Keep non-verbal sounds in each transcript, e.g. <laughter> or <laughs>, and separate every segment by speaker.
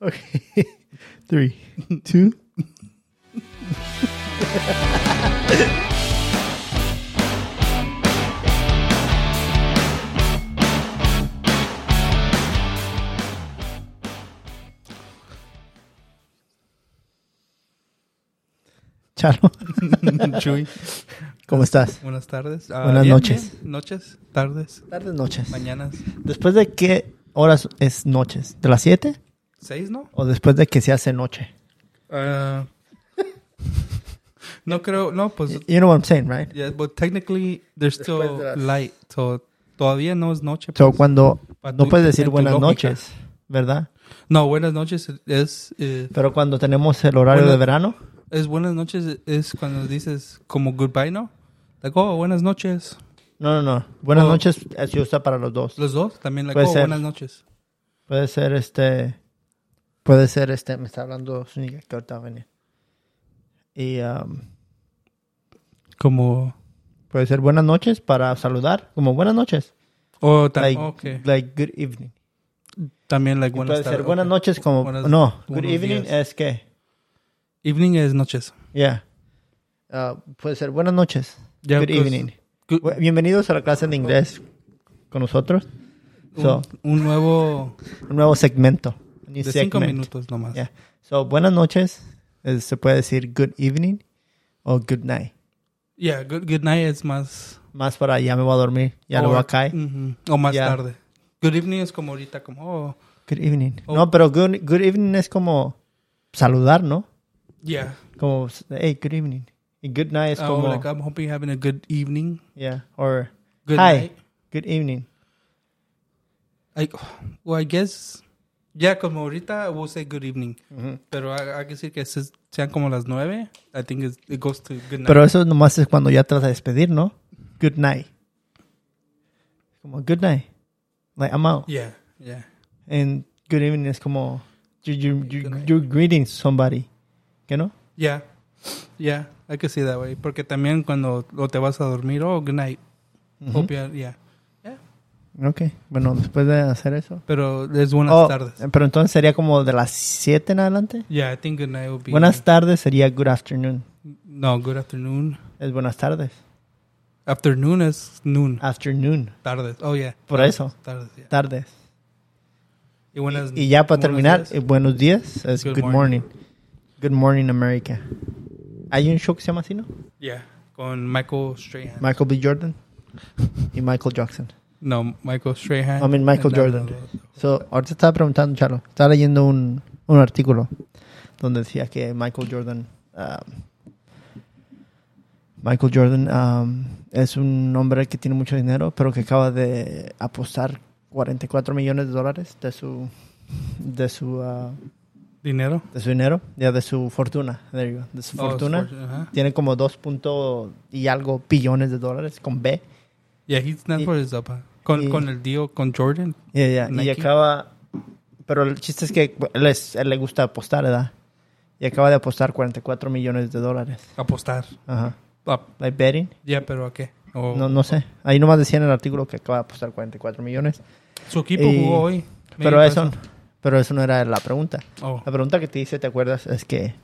Speaker 1: Okay. <laughs> Three, two. <laughs> Chalo, <laughs>
Speaker 2: Chuy,
Speaker 1: ¿cómo estás?
Speaker 2: buenas tardes. Ah,
Speaker 1: Buenas noches.
Speaker 2: bien. Noches, tardes,
Speaker 1: Tardes, noches.
Speaker 2: mañanas.
Speaker 1: ¿Después de qué horas es noches? ¿De las 7?
Speaker 2: ¿Seis, no?
Speaker 1: ¿O después de que se hace noche?
Speaker 2: Ah, no creo, no, pues.
Speaker 1: You know what I'm saying, right?
Speaker 2: Yeah, but technically, there's still
Speaker 1: Después de las-
Speaker 2: light. So, todavía no es noche.
Speaker 1: So,
Speaker 2: pues.
Speaker 1: cuando
Speaker 2: Pa'
Speaker 1: no
Speaker 2: tu-
Speaker 1: puedes decir
Speaker 2: en tu
Speaker 1: buenas
Speaker 2: lógica.
Speaker 1: noches, ¿verdad?
Speaker 2: No, buenas noches es. eh,
Speaker 1: Pero cuando tenemos el horario
Speaker 2: Buena-
Speaker 1: de verano,
Speaker 2: es buenas noches es cuando dices como goodbye, ¿no? Like, oh, buenas noches.
Speaker 1: no, no, no. Buenas
Speaker 2: Oh.
Speaker 1: noches eh, se usa para los dos.
Speaker 2: Los dos también, like,
Speaker 1: Puede
Speaker 2: oh,
Speaker 1: ser.
Speaker 2: buenas noches.
Speaker 1: Puede ser este. Puede ser este. Me está hablando Zúñiga que ahorita va a venir. Y um,
Speaker 2: Como.
Speaker 1: puede ser buenas noches para saludar, como buenas noches.
Speaker 2: Oh, tam-
Speaker 1: Like,
Speaker 2: okay.
Speaker 1: like good evening.
Speaker 2: También, like,
Speaker 1: Y
Speaker 2: buenas
Speaker 1: puede
Speaker 2: tardes.
Speaker 1: ser buenas
Speaker 2: okay.
Speaker 1: noches como.
Speaker 2: Buenas-
Speaker 1: no, good
Speaker 2: buenos
Speaker 1: evening
Speaker 2: días.
Speaker 1: es que.
Speaker 2: Evening es noches.
Speaker 1: Yeah. Uh, puede ser buenas noches.
Speaker 2: Yeah,
Speaker 1: good
Speaker 2: because-
Speaker 1: evening.
Speaker 2: Good-
Speaker 1: Bu- Bienvenidos a la clase de inglés con nosotros. So,
Speaker 2: un, un nuevo
Speaker 1: un nuevo segmento. a new
Speaker 2: de cinco
Speaker 1: segment.
Speaker 2: minutos nomás.
Speaker 1: Yeah. So, buenas noches. eh, se puede decir good evening o good night.
Speaker 2: Yeah, good, good night es más.
Speaker 1: Más para ya me voy a dormir, ya lo
Speaker 2: or-
Speaker 1: voy a caer.
Speaker 2: Ujú, O más
Speaker 1: Yeah.
Speaker 2: tarde. Good evening es como ahorita, como, oh,
Speaker 1: Good evening.
Speaker 2: Oh.
Speaker 1: No, pero good, good evening es como saludar, ¿no?
Speaker 2: yeah.
Speaker 1: Como, hey, good evening. Y good night es
Speaker 2: Oh,
Speaker 1: como,
Speaker 2: like, I'm hoping you're having a good evening.
Speaker 1: yeah, or
Speaker 2: Good
Speaker 1: hi,
Speaker 2: night.
Speaker 1: good evening.
Speaker 2: I, oh, well, I guess. Yeah, como ahorita, we'll say good evening. Pero hay, hay que decir que se- sean como las nueve. I think it's- it goes to good night.
Speaker 1: Pero eso nomás es cuando ya te vas a despedir, ¿no? Good night. Como, good night. Like, I'm out.
Speaker 2: yeah, yeah.
Speaker 1: And good evening es como, you, you,
Speaker 2: Good
Speaker 1: you,
Speaker 2: night.
Speaker 1: you're greeting somebody, ¿qué no?
Speaker 2: Yeah. Yeah, I can see that way. Porque también cuando o te vas a dormir, oh, good night. Hope you're- yeah.
Speaker 1: Ok, bueno, después de hacer eso.
Speaker 2: Pero es buenas
Speaker 1: Oh,
Speaker 2: tardes.
Speaker 1: Pero entonces sería como de las 7 en adelante.
Speaker 2: Yeah, I think good night will be.
Speaker 1: Buenas tardes sería good afternoon.
Speaker 2: No, good afternoon.
Speaker 1: Es buenas tardes.
Speaker 2: Afternoon es noon.
Speaker 1: Afternoon.
Speaker 2: Tardes. Oh, yeah.
Speaker 1: Por eso,
Speaker 2: Tardes, yeah.
Speaker 1: tardes.
Speaker 2: Y, buenas,
Speaker 1: Y ya para
Speaker 2: buenos
Speaker 1: terminar,
Speaker 2: días.
Speaker 1: eh, buenos días es
Speaker 2: Good
Speaker 1: good, morning. Good morning America. Hay un show que se llama así, ¿no?
Speaker 2: Yeah. Con Michael Strahan.
Speaker 1: Michael B. Jordan y Michael Jackson.
Speaker 2: no, Michael Strahan.
Speaker 1: I mean, Michael
Speaker 2: And uh, that-
Speaker 1: Jordan. So, ahorita estaba preguntando, Chalo, estaba leyendo un, un artículo donde decía que Michael Jordan, um, Michael Jordan um, es un hombre que tiene mucho dinero, pero que acaba de apostar 44 millones de dólares de su de su uh,
Speaker 2: Dinero.
Speaker 1: de su dinero, ya de su fortuna, there you go, de su
Speaker 2: Oh,
Speaker 1: fortuna.
Speaker 2: fortune, ajá.
Speaker 1: Tiene como 2 punto y algo billones de dólares con B.
Speaker 2: Yeah, he's not
Speaker 1: Y-
Speaker 2: for his up. Con,
Speaker 1: y-
Speaker 2: con el deal con Jordan.
Speaker 1: Ya, ya, Y
Speaker 2: Nike.
Speaker 1: acaba. Pero el chiste es que él, es- él le gusta apostar, ¿verdad? Y acaba de apostar 44 millones de dólares.
Speaker 2: Apostar.
Speaker 1: Ajá.
Speaker 2: Up.
Speaker 1: Like betting.
Speaker 2: Yeah, pero ¿a qué? O-
Speaker 1: No, no sé. Ahí nomás decía en el artículo que acaba de apostar 44 millones.
Speaker 2: Su equipo
Speaker 1: Y-
Speaker 2: jugó hoy. Maybe
Speaker 1: Pero
Speaker 2: por
Speaker 1: eso, pero eso no era la pregunta.
Speaker 2: Oh,
Speaker 1: La pregunta que te hice, ¿te acuerdas? Es que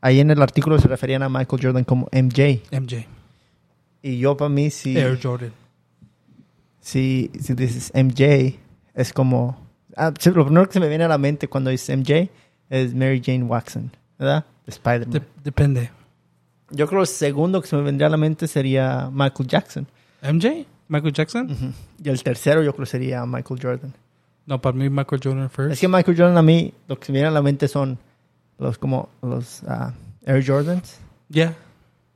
Speaker 1: ahí en el artículo se referían a Michael Jordan como MJ.
Speaker 2: MJ.
Speaker 1: Y yo para mí, si,
Speaker 2: Air Jordan.
Speaker 1: si, si dices MJ, es como... ah, sí, lo primero que se me viene a la mente cuando dices MJ es Mary Jane Watson, ¿verdad? De Spider-Man.
Speaker 2: Dep- depende.
Speaker 1: Yo creo el segundo que se me vendría a la mente sería Michael Jackson.
Speaker 2: ¿MJ? ¿Michael Jackson?
Speaker 1: Mm. Y el tercero yo creo sería Michael Jordan.
Speaker 2: No, para mí Michael Jordan
Speaker 1: Es
Speaker 2: first.
Speaker 1: que Michael Jordan a mí, lo que se me viene a la mente son los como los ah, Air Jordans.
Speaker 2: Yeah.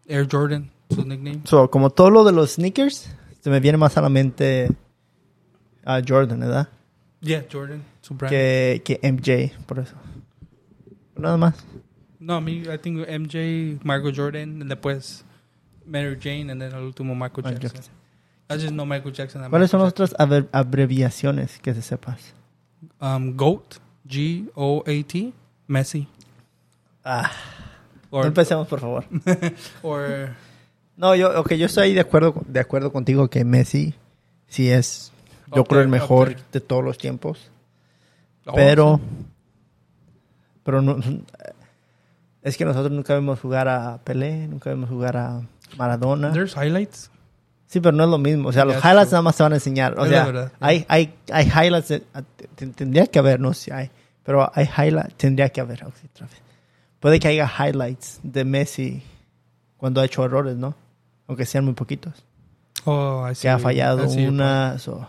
Speaker 2: Air Jordan, su nickname.
Speaker 1: So, como todo lo de los sneakers, se me viene más a la mente a Jordan, ¿verdad?
Speaker 2: Yeah, Jordan, su brand.
Speaker 1: Que, que MJ, por eso. Nada más.
Speaker 2: No, a mí, I think MJ, Michael Jordan, and después Mary Jane, and then al último Michael
Speaker 1: Michael
Speaker 2: Jackson. I just know Michael Jackson. and
Speaker 1: ¿Cuáles son
Speaker 2: Michael
Speaker 1: otras abre- abreviaciones que se sepas?
Speaker 2: Jackson. Um, GOAT, G-O-A-T, Messi.
Speaker 1: Ah, no
Speaker 2: Or,
Speaker 1: empecemos, por favor.
Speaker 2: <laughs> or
Speaker 1: No, yo, ok, yo estoy ahí de acuerdo, con- de acuerdo contigo que Messi sí es, yo
Speaker 2: Up
Speaker 1: creo, el
Speaker 2: there, up
Speaker 1: mejor
Speaker 2: there.
Speaker 1: de todos los tiempos.
Speaker 2: oh,
Speaker 1: pero Pero no, es que nosotros nunca vimos jugar a Pelé, nunca vimos jugar a Maradona.
Speaker 2: There's highlights.
Speaker 1: Sí, pero no es lo mismo. O sea, los
Speaker 2: Yeah,
Speaker 1: highlights
Speaker 2: true.
Speaker 1: nada más te van a enseñar. O
Speaker 2: Es la
Speaker 1: sea,
Speaker 2: verdad.
Speaker 1: hay, hay, hay highlights. de- t- tendría que haber, no sé si hay. Pero hay highlights. Tendría que haber. ok, otra vez. Puede que haya highlights de Messi cuando ha hecho errores, ¿no? Aunque sean muy poquitos.
Speaker 2: Oh, I see.
Speaker 1: Que ha fallado
Speaker 2: I see your point.
Speaker 1: una. so-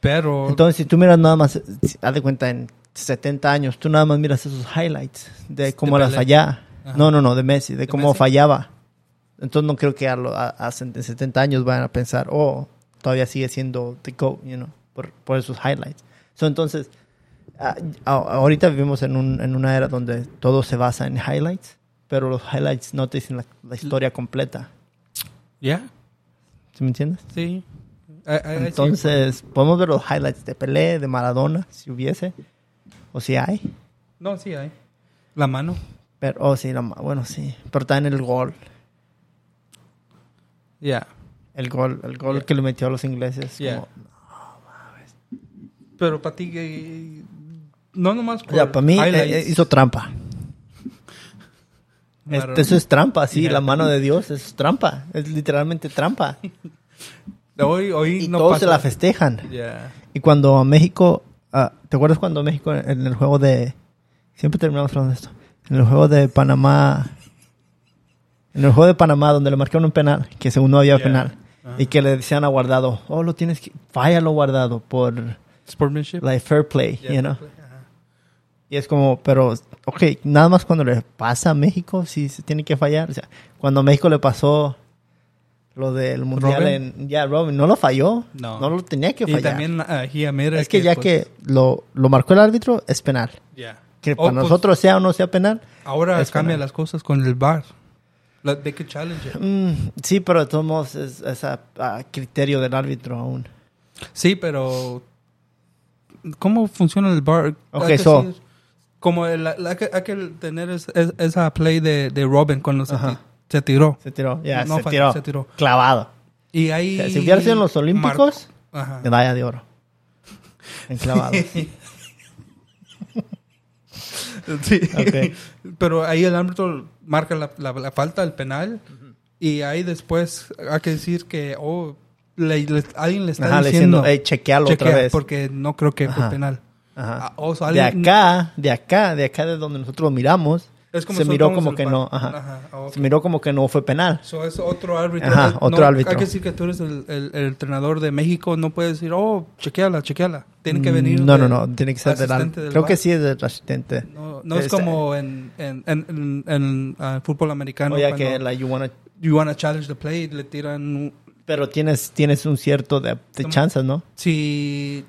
Speaker 2: Pero
Speaker 1: Entonces, si tú miras nada más, eh, si- haz de cuenta, en 70 años, tú nada más miras esos highlights de cómo las
Speaker 2: Pelé.
Speaker 1: fallaba.
Speaker 2: Ajá.
Speaker 1: No, no, no, de Messi, de, cómo
Speaker 2: Messi?
Speaker 1: fallaba. Entonces, no creo que a, lo- a, a 70 años vayan a pensar, oh, todavía sigue siendo the GOAT, you know, por, por esos highlights. So, entonces, a- a- ahorita vivimos en, un- en una era donde todo se basa en highlights, pero los highlights no te dicen la, la historia completa.
Speaker 2: yeah,
Speaker 1: ¿Sí me entiendes?
Speaker 2: sí. I- I- I see your point.
Speaker 1: Entonces, podemos ver los highlights de Pelé, de Maradona, si hubiese, o si hay.
Speaker 2: no, sí hay. La mano.
Speaker 1: Pero, oh, sí, la ma- bueno, sí. Pero también el gol.
Speaker 2: Yeah.
Speaker 1: El gol, el gol
Speaker 2: Yeah.
Speaker 1: que le metió a los ingleses.
Speaker 2: Yeah.
Speaker 1: como-
Speaker 2: Pero para ti eh, no nomás
Speaker 1: o sea,
Speaker 2: por
Speaker 1: para mí eh,
Speaker 2: highlights.
Speaker 1: eh, hizo trampa.
Speaker 2: Maradona.
Speaker 1: Este, eso es trampa, sí.
Speaker 2: Yeah.
Speaker 1: La mano de Dios eso es trampa. Es literalmente trampa.
Speaker 2: <laughs> Hoy, hoy
Speaker 1: Y
Speaker 2: no
Speaker 1: todos
Speaker 2: pasa.
Speaker 1: se la festejan.
Speaker 2: Yeah.
Speaker 1: Y cuando a México... ah, ¿Te acuerdas cuando México en el juego de... Siempre terminamos hablando de esto. En el juego de Panamá... En el juego de Panamá donde le marcaron un penal, que según no había
Speaker 2: Yeah.
Speaker 1: penal.
Speaker 2: Ajá.
Speaker 1: Y que le decían a Guardado, oh, lo tienes que... Fállalo Guardado por...
Speaker 2: Sportsmanship.
Speaker 1: Like fair play,
Speaker 2: Yeah,
Speaker 1: you know?
Speaker 2: ajá.
Speaker 1: Y es como, pero, ok, nada más cuando le pasa a México, si se tiene que fallar. O sea, cuando a México le pasó lo del mundial
Speaker 2: Robin.
Speaker 1: en. Ya, Robin, no lo falló. No.
Speaker 2: No.
Speaker 1: lo tenía que
Speaker 2: Y
Speaker 1: fallar.
Speaker 2: también aquí a Mera
Speaker 1: es que ya
Speaker 2: pues,
Speaker 1: que lo, lo marcó el árbitro, es penal.
Speaker 2: yeah.
Speaker 1: Que
Speaker 2: Oh,
Speaker 1: para
Speaker 2: pues,
Speaker 1: nosotros sea o no sea penal.
Speaker 2: Ahora
Speaker 1: Es
Speaker 2: cambia
Speaker 1: penal.
Speaker 2: las cosas con el bar. La, they could challenge it.
Speaker 1: mm, sí, pero de todos modos es, es a, a criterio del árbitro aún.
Speaker 2: Sí, pero ¿cómo funciona el bar?
Speaker 1: Ok,
Speaker 2: Hay que
Speaker 1: so-
Speaker 2: ser- como el- la- hay, que, hay que tener es- es- esa play de, de Robin cuando se,
Speaker 1: Ajá.
Speaker 2: ti- se tiró.
Speaker 1: Se tiró, ya,
Speaker 2: No
Speaker 1: se,
Speaker 2: falló,
Speaker 1: tiró.
Speaker 2: se tiró.
Speaker 1: Clavado.
Speaker 2: Y
Speaker 1: O
Speaker 2: ahí
Speaker 1: sea, si hubiera sido en los
Speaker 2: Mar-
Speaker 1: Olímpicos,
Speaker 2: Ajá.
Speaker 1: medalla de oro. En
Speaker 2: <laughs>
Speaker 1: clavado.
Speaker 2: Sí.
Speaker 1: Ok.
Speaker 2: Pero ahí el árbitro marca la, la- la falta, el penal. Y ahí después hay que decir que oh, le- le- alguien le está
Speaker 1: Ajá, le
Speaker 2: diciendo,
Speaker 1: diciendo, hey, chequealo otra
Speaker 2: "Chequea",
Speaker 1: vez.
Speaker 2: porque no creo que fue
Speaker 1: Ajá.
Speaker 2: penal.
Speaker 1: Ajá.
Speaker 2: Ah, o sea,
Speaker 1: de
Speaker 2: alguien-
Speaker 1: acá, de acá, de acá de donde nosotros lo miramos,
Speaker 2: Es como
Speaker 1: se
Speaker 2: si
Speaker 1: miró
Speaker 2: fuéramos
Speaker 1: como
Speaker 2: el
Speaker 1: que
Speaker 2: bar.
Speaker 1: no, ajá.
Speaker 2: Ajá, ah, ok.
Speaker 1: se miró como que no fue penal.
Speaker 2: So, es otro árbitro.
Speaker 1: Ajá,
Speaker 2: Eh,
Speaker 1: otro
Speaker 2: no,
Speaker 1: árbitro.
Speaker 2: Hay que decir que tú eres el, el- el entrenador de México. No puedes decir, oh, chequeala, chequeala. Tiene que venir.
Speaker 1: No,
Speaker 2: del
Speaker 1: no, no, tiene que ser del,
Speaker 2: asistente
Speaker 1: Creo
Speaker 2: bar.
Speaker 1: que sí es del asistente.
Speaker 2: No, no es
Speaker 1: Este-
Speaker 2: como en, en, en, en- en, ah, fútbol americano.
Speaker 1: o ya
Speaker 2: cuando
Speaker 1: que la you wanna-
Speaker 2: You wanna challenge the play, le tiran. un-
Speaker 1: pero tienes tienes un cierto de, de
Speaker 2: No.
Speaker 1: chances, ¿no?
Speaker 2: Si.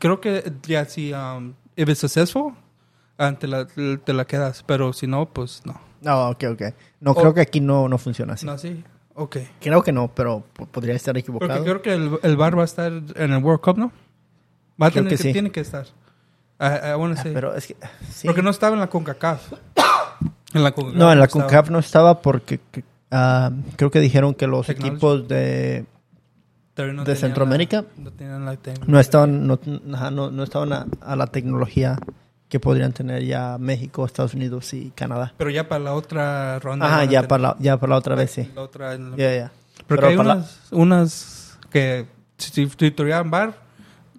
Speaker 2: Creo que ya si. um, if it's successful, ah, te la, te la quedas. Pero si no, pues no.
Speaker 1: No, ok, ok. No
Speaker 2: O-
Speaker 1: creo que aquí no no funciona así.
Speaker 2: No, sí. Ok.
Speaker 1: Creo que no, pero po- podría estar
Speaker 2: Porque
Speaker 1: equivocado.
Speaker 2: creo que el, el bar va a estar en el World Cup, ¿no? Va a
Speaker 1: Creo
Speaker 2: tener
Speaker 1: que
Speaker 2: que,
Speaker 1: sí. Ah,
Speaker 2: tiene que estar. Ah, I, I wanna say.
Speaker 1: Pero es que sí.
Speaker 2: Porque no estaba en la CONCACAF. En la CONCACAF.
Speaker 1: <coughs> No, en la
Speaker 2: estaba.
Speaker 1: CONCACAF no estaba porque que- ah, creo que dijeron que los
Speaker 2: Technology.
Speaker 1: equipos de
Speaker 2: Todavía no
Speaker 1: de
Speaker 2: tenían la-
Speaker 1: Centroamérica.
Speaker 2: no tenían la tec-
Speaker 1: no estaban no, ajá, no- no estaban a, a la tecnología que podrían tener ya México, Estados Unidos y Canadá.
Speaker 2: Pero ya para la otra ronda.
Speaker 1: Ajá,
Speaker 2: van a
Speaker 1: ya
Speaker 2: tener-
Speaker 1: para la, ya para la otra vez sí.
Speaker 2: la otra en la-
Speaker 1: Ya, ya.
Speaker 2: Porque
Speaker 1: Pero
Speaker 2: hay
Speaker 1: para la-
Speaker 2: unas, unas que si, si tuvieran bar,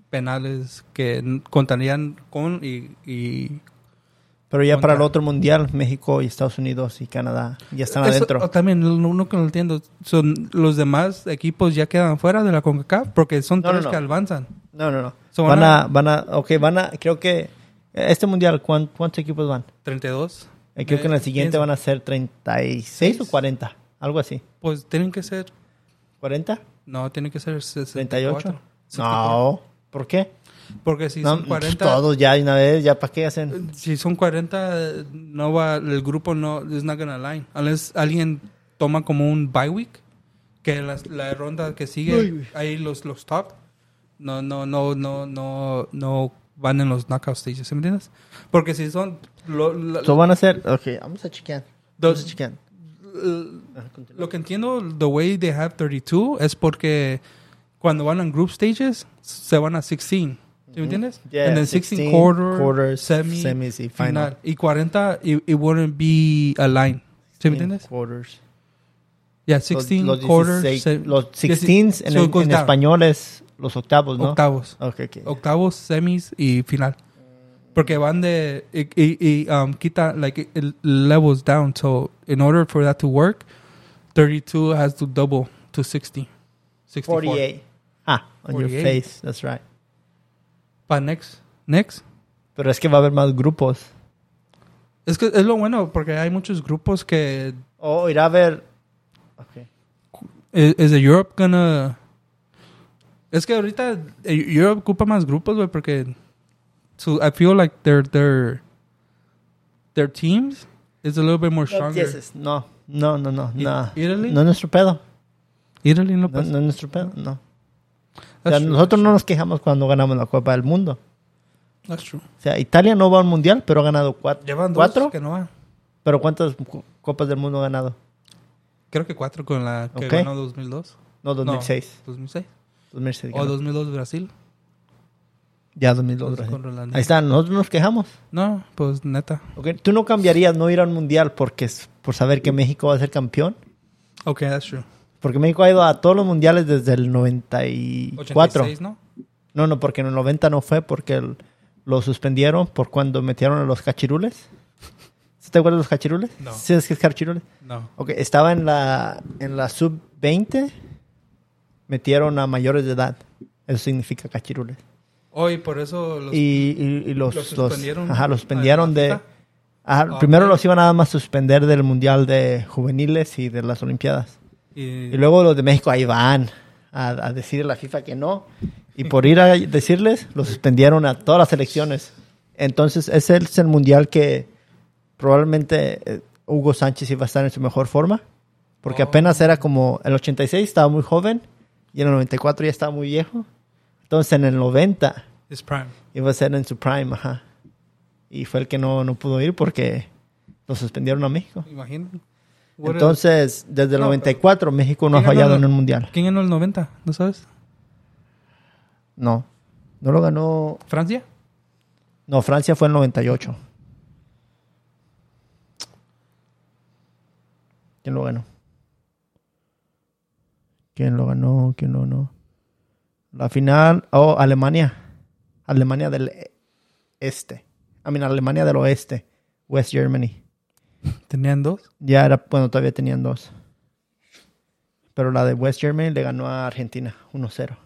Speaker 2: penales que n- contarían con y. y
Speaker 1: pero ya para el
Speaker 2: contra-
Speaker 1: otro mundial México y Estados Unidos y Canadá ya están
Speaker 2: Eso-
Speaker 1: adentro.
Speaker 2: o también, lo- lo uno que no entiendo, son los demás equipos ya quedan fuera de la CONCACAF porque son
Speaker 1: No, no,
Speaker 2: tres
Speaker 1: no.
Speaker 2: que avanzan.
Speaker 1: No, no, no.
Speaker 2: So,
Speaker 1: van
Speaker 2: van
Speaker 1: a van a ok, van a creo que este mundial ¿cuán- cuántos equipos van?
Speaker 2: 32.
Speaker 1: Eh, creo que en el siguiente
Speaker 2: pienso.
Speaker 1: van a ser 36 o 40, algo así.
Speaker 2: Pues tienen que ser.
Speaker 1: ¿40?
Speaker 2: No, tienen que ser
Speaker 1: 38.
Speaker 2: 68.
Speaker 1: No, ¿por qué?
Speaker 2: Porque si
Speaker 1: No,
Speaker 2: son
Speaker 1: pues,
Speaker 2: 40.
Speaker 1: todos ya de una vez, ya para qué hacen.
Speaker 2: Si son 40, no va, el grupo no, it's not gonna align. Unless alguien toma como un bye week, que las- la, ronda que
Speaker 1: Bye
Speaker 2: sigue,
Speaker 1: week.
Speaker 2: ahí los, los top, no, no, no, no, no, no van en los knockout stages, ¿sí ¿me entiendes? Porque si son, lo, la-
Speaker 1: So van a ser, ok, vamos a chequear. Vamos a chequear.
Speaker 2: l-
Speaker 1: Ajá, continúa.
Speaker 2: lo que entiendo, the way they have 32 es porque cuando van en group stages, se van a 16. ¿Sí me entiendes?
Speaker 1: Yeah,
Speaker 2: and then 16, quarter,
Speaker 1: quarters,
Speaker 2: semi,
Speaker 1: semis y final.
Speaker 2: final. Y 40, it, it wouldn't be a line. ¿Sí me entiendes?
Speaker 1: Quarters.
Speaker 2: Yeah,
Speaker 1: Los-
Speaker 2: 16
Speaker 1: los
Speaker 2: quarters,
Speaker 1: 16
Speaker 2: se-
Speaker 1: los
Speaker 2: dieci-
Speaker 1: 16 en,
Speaker 2: so it
Speaker 1: en,
Speaker 2: goes down.
Speaker 1: español es los octavos, ¿no?
Speaker 2: octavos.
Speaker 1: Ok, ok.
Speaker 2: Octavos, semis y final. Porque van de. Y, y- y, um, quita, like, it- it levels down. So, in order for that to work, 32 has to double to 60. 64.
Speaker 1: 48. Ah, on your
Speaker 2: 48.
Speaker 1: face, that's right.
Speaker 2: Para next. Next.
Speaker 1: Pero es que va a haber más grupos.
Speaker 2: Es que es lo bueno porque hay muchos grupos que.
Speaker 1: O Oh, irá a haber. Ok.
Speaker 2: Is, is the Europe gonna. Es que ahorita eh, Europe ocupa más grupos, güey, porque. So I feel like their, their, their teams is a little bit more
Speaker 1: No,
Speaker 2: stronger.
Speaker 1: dieces, no, no, no, no.
Speaker 2: I-
Speaker 1: No,
Speaker 2: Italy?
Speaker 1: no es nuestro pedo.
Speaker 2: Italy no
Speaker 1: No,
Speaker 2: pasa.
Speaker 1: no es nuestro pedo, no. O
Speaker 2: That's
Speaker 1: sea,
Speaker 2: true.
Speaker 1: nosotros no nos quejamos cuando ganamos la Copa del Mundo.
Speaker 2: That's true.
Speaker 1: O sea, Italia no va al mundial, pero ha ganado cuatro.
Speaker 2: Llevan dos
Speaker 1: ¿Cuatro?
Speaker 2: que no van.
Speaker 1: ¿Pero cuántas cu- Copas del Mundo ha ganado?
Speaker 2: Creo que cuatro con la que
Speaker 1: Ok.
Speaker 2: ganó 2002.
Speaker 1: No,
Speaker 2: No,
Speaker 1: 2006.
Speaker 2: 2006.
Speaker 1: 2006
Speaker 2: O
Speaker 1: ganó.
Speaker 2: 2002 Brasil.
Speaker 1: Ya 2002.
Speaker 2: Con
Speaker 1: Brasil.
Speaker 2: Ronaldinho.
Speaker 1: Ahí está, nosotros nos quejamos.
Speaker 2: No, pues neta.
Speaker 1: Ok, ¿Tú no cambiarías no ir al mundial porque es- por saber
Speaker 2: Mm.
Speaker 1: que México va a ser campeón?
Speaker 2: Ok, that's true.
Speaker 1: Porque México ha ido a todos los mundiales desde el 94.
Speaker 2: 86, ¿no?
Speaker 1: No, no, porque en el 90 no fue porque el- lo suspendieron por cuando metieron a los cachirules. ¿Sí ¿Te acuerdas de los cachirules?
Speaker 2: No.
Speaker 1: ¿Sí es que es cachirules?
Speaker 2: No.
Speaker 1: Ok, estaba en la, en la sub-20, metieron a mayores de edad. Eso significa cachirules.
Speaker 2: Hoy por eso los...
Speaker 1: y, y- y los,
Speaker 2: los
Speaker 1: los-
Speaker 2: suspendieron
Speaker 1: ajá, los
Speaker 2: a-
Speaker 1: suspendieron
Speaker 2: a-
Speaker 1: de...
Speaker 2: a-
Speaker 1: ajá,
Speaker 2: Ah,
Speaker 1: primero
Speaker 2: ok.
Speaker 1: los iban nada más a suspender del Mundial de Juveniles y de las Olimpiadas.
Speaker 2: y-
Speaker 1: Y luego los de México ahí van a, a decir a la FIFA que no. Y por ir a decirles, los suspendieron a todas las selecciones. Entonces, ese es el mundial que probablemente eh, Hugo Sánchez iba a estar en su mejor forma. Porque
Speaker 2: Oh.
Speaker 1: apenas era como el 86, estaba muy joven. Y en el 94 ya estaba muy viejo. Entonces, en el 90
Speaker 2: It's prime.
Speaker 1: iba a ser en su prime, ajá. Y fue el que no, no pudo ir porque lo suspendieron a México.
Speaker 2: Imagino. What else?
Speaker 1: Entonces, desde el
Speaker 2: No, pero-
Speaker 1: 94 México no ha
Speaker 2: ¿Quién ganó
Speaker 1: fallado
Speaker 2: la-
Speaker 1: en un mundial.
Speaker 2: ¿Quién ganó el 90? ¿No sabes?
Speaker 1: No. No lo ganó.
Speaker 2: ¿Francia?
Speaker 1: No, Francia fue en 98. ¿Quién lo ganó? ¿Quién lo ganó? ¿Quién lo ganó? La final. Oh, Alemania. Alemania del e- este. A mí, Alemania del oeste. West Germany.
Speaker 2: ¿Tenían dos?
Speaker 1: Ya era cuando todavía tenían dos. Pero la de West Germany le ganó a Argentina 1-0.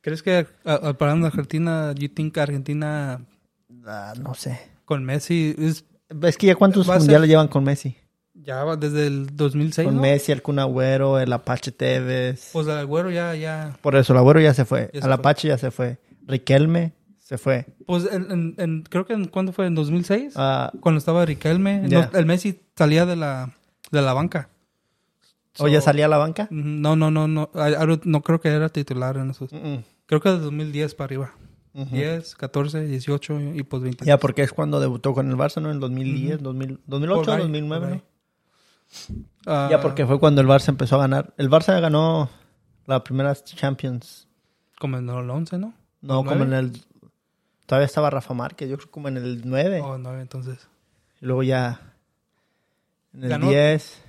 Speaker 2: ¿Crees que a- a- parando Argentina, you think Argentina
Speaker 1: Ah, no sé.
Speaker 2: con Messi es...
Speaker 1: Es que ya cuántos
Speaker 2: Va a ser-
Speaker 1: mundiales llevan con Messi.
Speaker 2: Ya va desde el 2006,
Speaker 1: Con
Speaker 2: ¿no?
Speaker 1: Messi, el Kun Agüero, el Apache Tevez.
Speaker 2: Pues el Agüero ya, ya...
Speaker 1: Por eso, el Agüero ya se fue.
Speaker 2: Ya se
Speaker 1: el
Speaker 2: fue.
Speaker 1: Apache ya se fue. Riquelme se fue.
Speaker 2: Pues en, en- en- creo que en, ¿cuándo fue? ¿En 2006?
Speaker 1: Ah,
Speaker 2: Cuando estaba Riquelme.
Speaker 1: Ya.
Speaker 2: No, el Messi salía de la, de la banca.
Speaker 1: ¿O ya
Speaker 2: So-
Speaker 1: salía a la banca?
Speaker 2: No, no, no, no. I- I don't- no creo que era titular en esos.
Speaker 1: Mm-mm.
Speaker 2: Creo que de 2010 para arriba.
Speaker 1: Ujú.
Speaker 2: 10, 14, 18 y pues 20.
Speaker 1: Ya, porque es cuando debutó con el Barça, ¿no? En 2010, 2000, 2008,
Speaker 2: Por ahí,
Speaker 1: 2009,
Speaker 2: por
Speaker 1: ¿no?
Speaker 2: ahí. Ah,
Speaker 1: Ya, porque fue cuando el Barça empezó a ganar. El Barça ganó las primeras Champions.
Speaker 2: Como en el 11, ¿no?
Speaker 1: No,
Speaker 2: ¿El
Speaker 1: como en
Speaker 2: nueve?
Speaker 1: el... Todavía estaba Rafa Márquez, yo creo como en el 9.
Speaker 2: O 9, Oh, entonces.
Speaker 1: Y luego ya... En el
Speaker 2: Ganó-
Speaker 1: 10...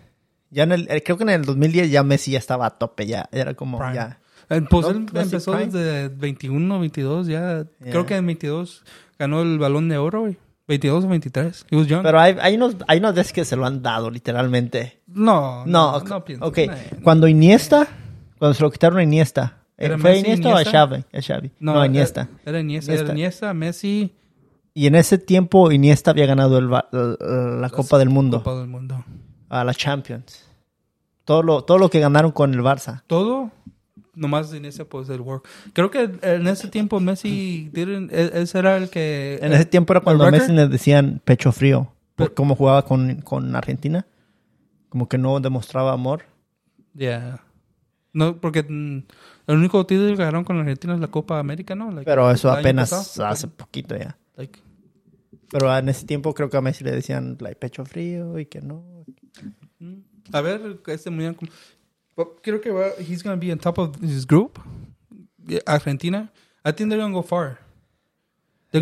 Speaker 1: Ya en el, eh, creo que en el 2010 ya Messi ya estaba a tope, ya era como
Speaker 2: Prime.
Speaker 1: ya.
Speaker 2: Eh, Pues
Speaker 1: No,
Speaker 2: él
Speaker 1: no es
Speaker 2: empezó
Speaker 1: Prime.
Speaker 2: desde 21, 22, ya.
Speaker 1: Ya.
Speaker 2: Creo que en 22 ganó el balón de oro, güey. 22 o 23. He was young.
Speaker 1: Pero hay, hay, unos, hay unos veces que se lo han dado, literalmente.
Speaker 2: no,
Speaker 1: No, ok.
Speaker 2: pienso.
Speaker 1: ok.
Speaker 2: Nah,
Speaker 1: Cuando Iniesta, cuando se lo quitaron a Iniesta. eh,
Speaker 2: ¿Era
Speaker 1: ¿Fue
Speaker 2: Messi,
Speaker 1: Iniesta, o a
Speaker 2: Iniesta? eh,
Speaker 1: Xavi? A Xavi. No, a Iniesta.
Speaker 2: Era, era Iniesta, era
Speaker 1: Iniesta.
Speaker 2: Iniesta, Messi,
Speaker 1: Y en ese tiempo Iniesta había ganado el va- la- la, la Copa del Mundo,
Speaker 2: Copa del Mundo.
Speaker 1: a la Champions. Todo lo, todo lo que ganaron con el Barça.
Speaker 2: Todo, nomás Iniesta pues el work. Creo que en ese tiempo Messi, didn't- e- ese era el que...
Speaker 1: En ese tiempo era cuando a
Speaker 2: ¿El
Speaker 1: Messi
Speaker 2: record?
Speaker 1: le decían pecho frío por
Speaker 2: Pe-
Speaker 1: cómo jugaba con, con Argentina. Como que no demostraba amor.
Speaker 2: Yeah. No, porque mm, el único título que ganaron con Argentina es la Copa América, ¿no? Like,
Speaker 1: Pero eso
Speaker 2: el año
Speaker 1: apenas
Speaker 2: pasado.
Speaker 1: hace poquito ya.
Speaker 2: Like,
Speaker 1: Pero en ese tiempo creo que a Messi le decían like, pecho frío y que no.
Speaker 2: mm. a ver, este mundial... como- Well, Creo que va, he's going to be on top of his group. Yeah, Argentina. I think they're gonna go far. They're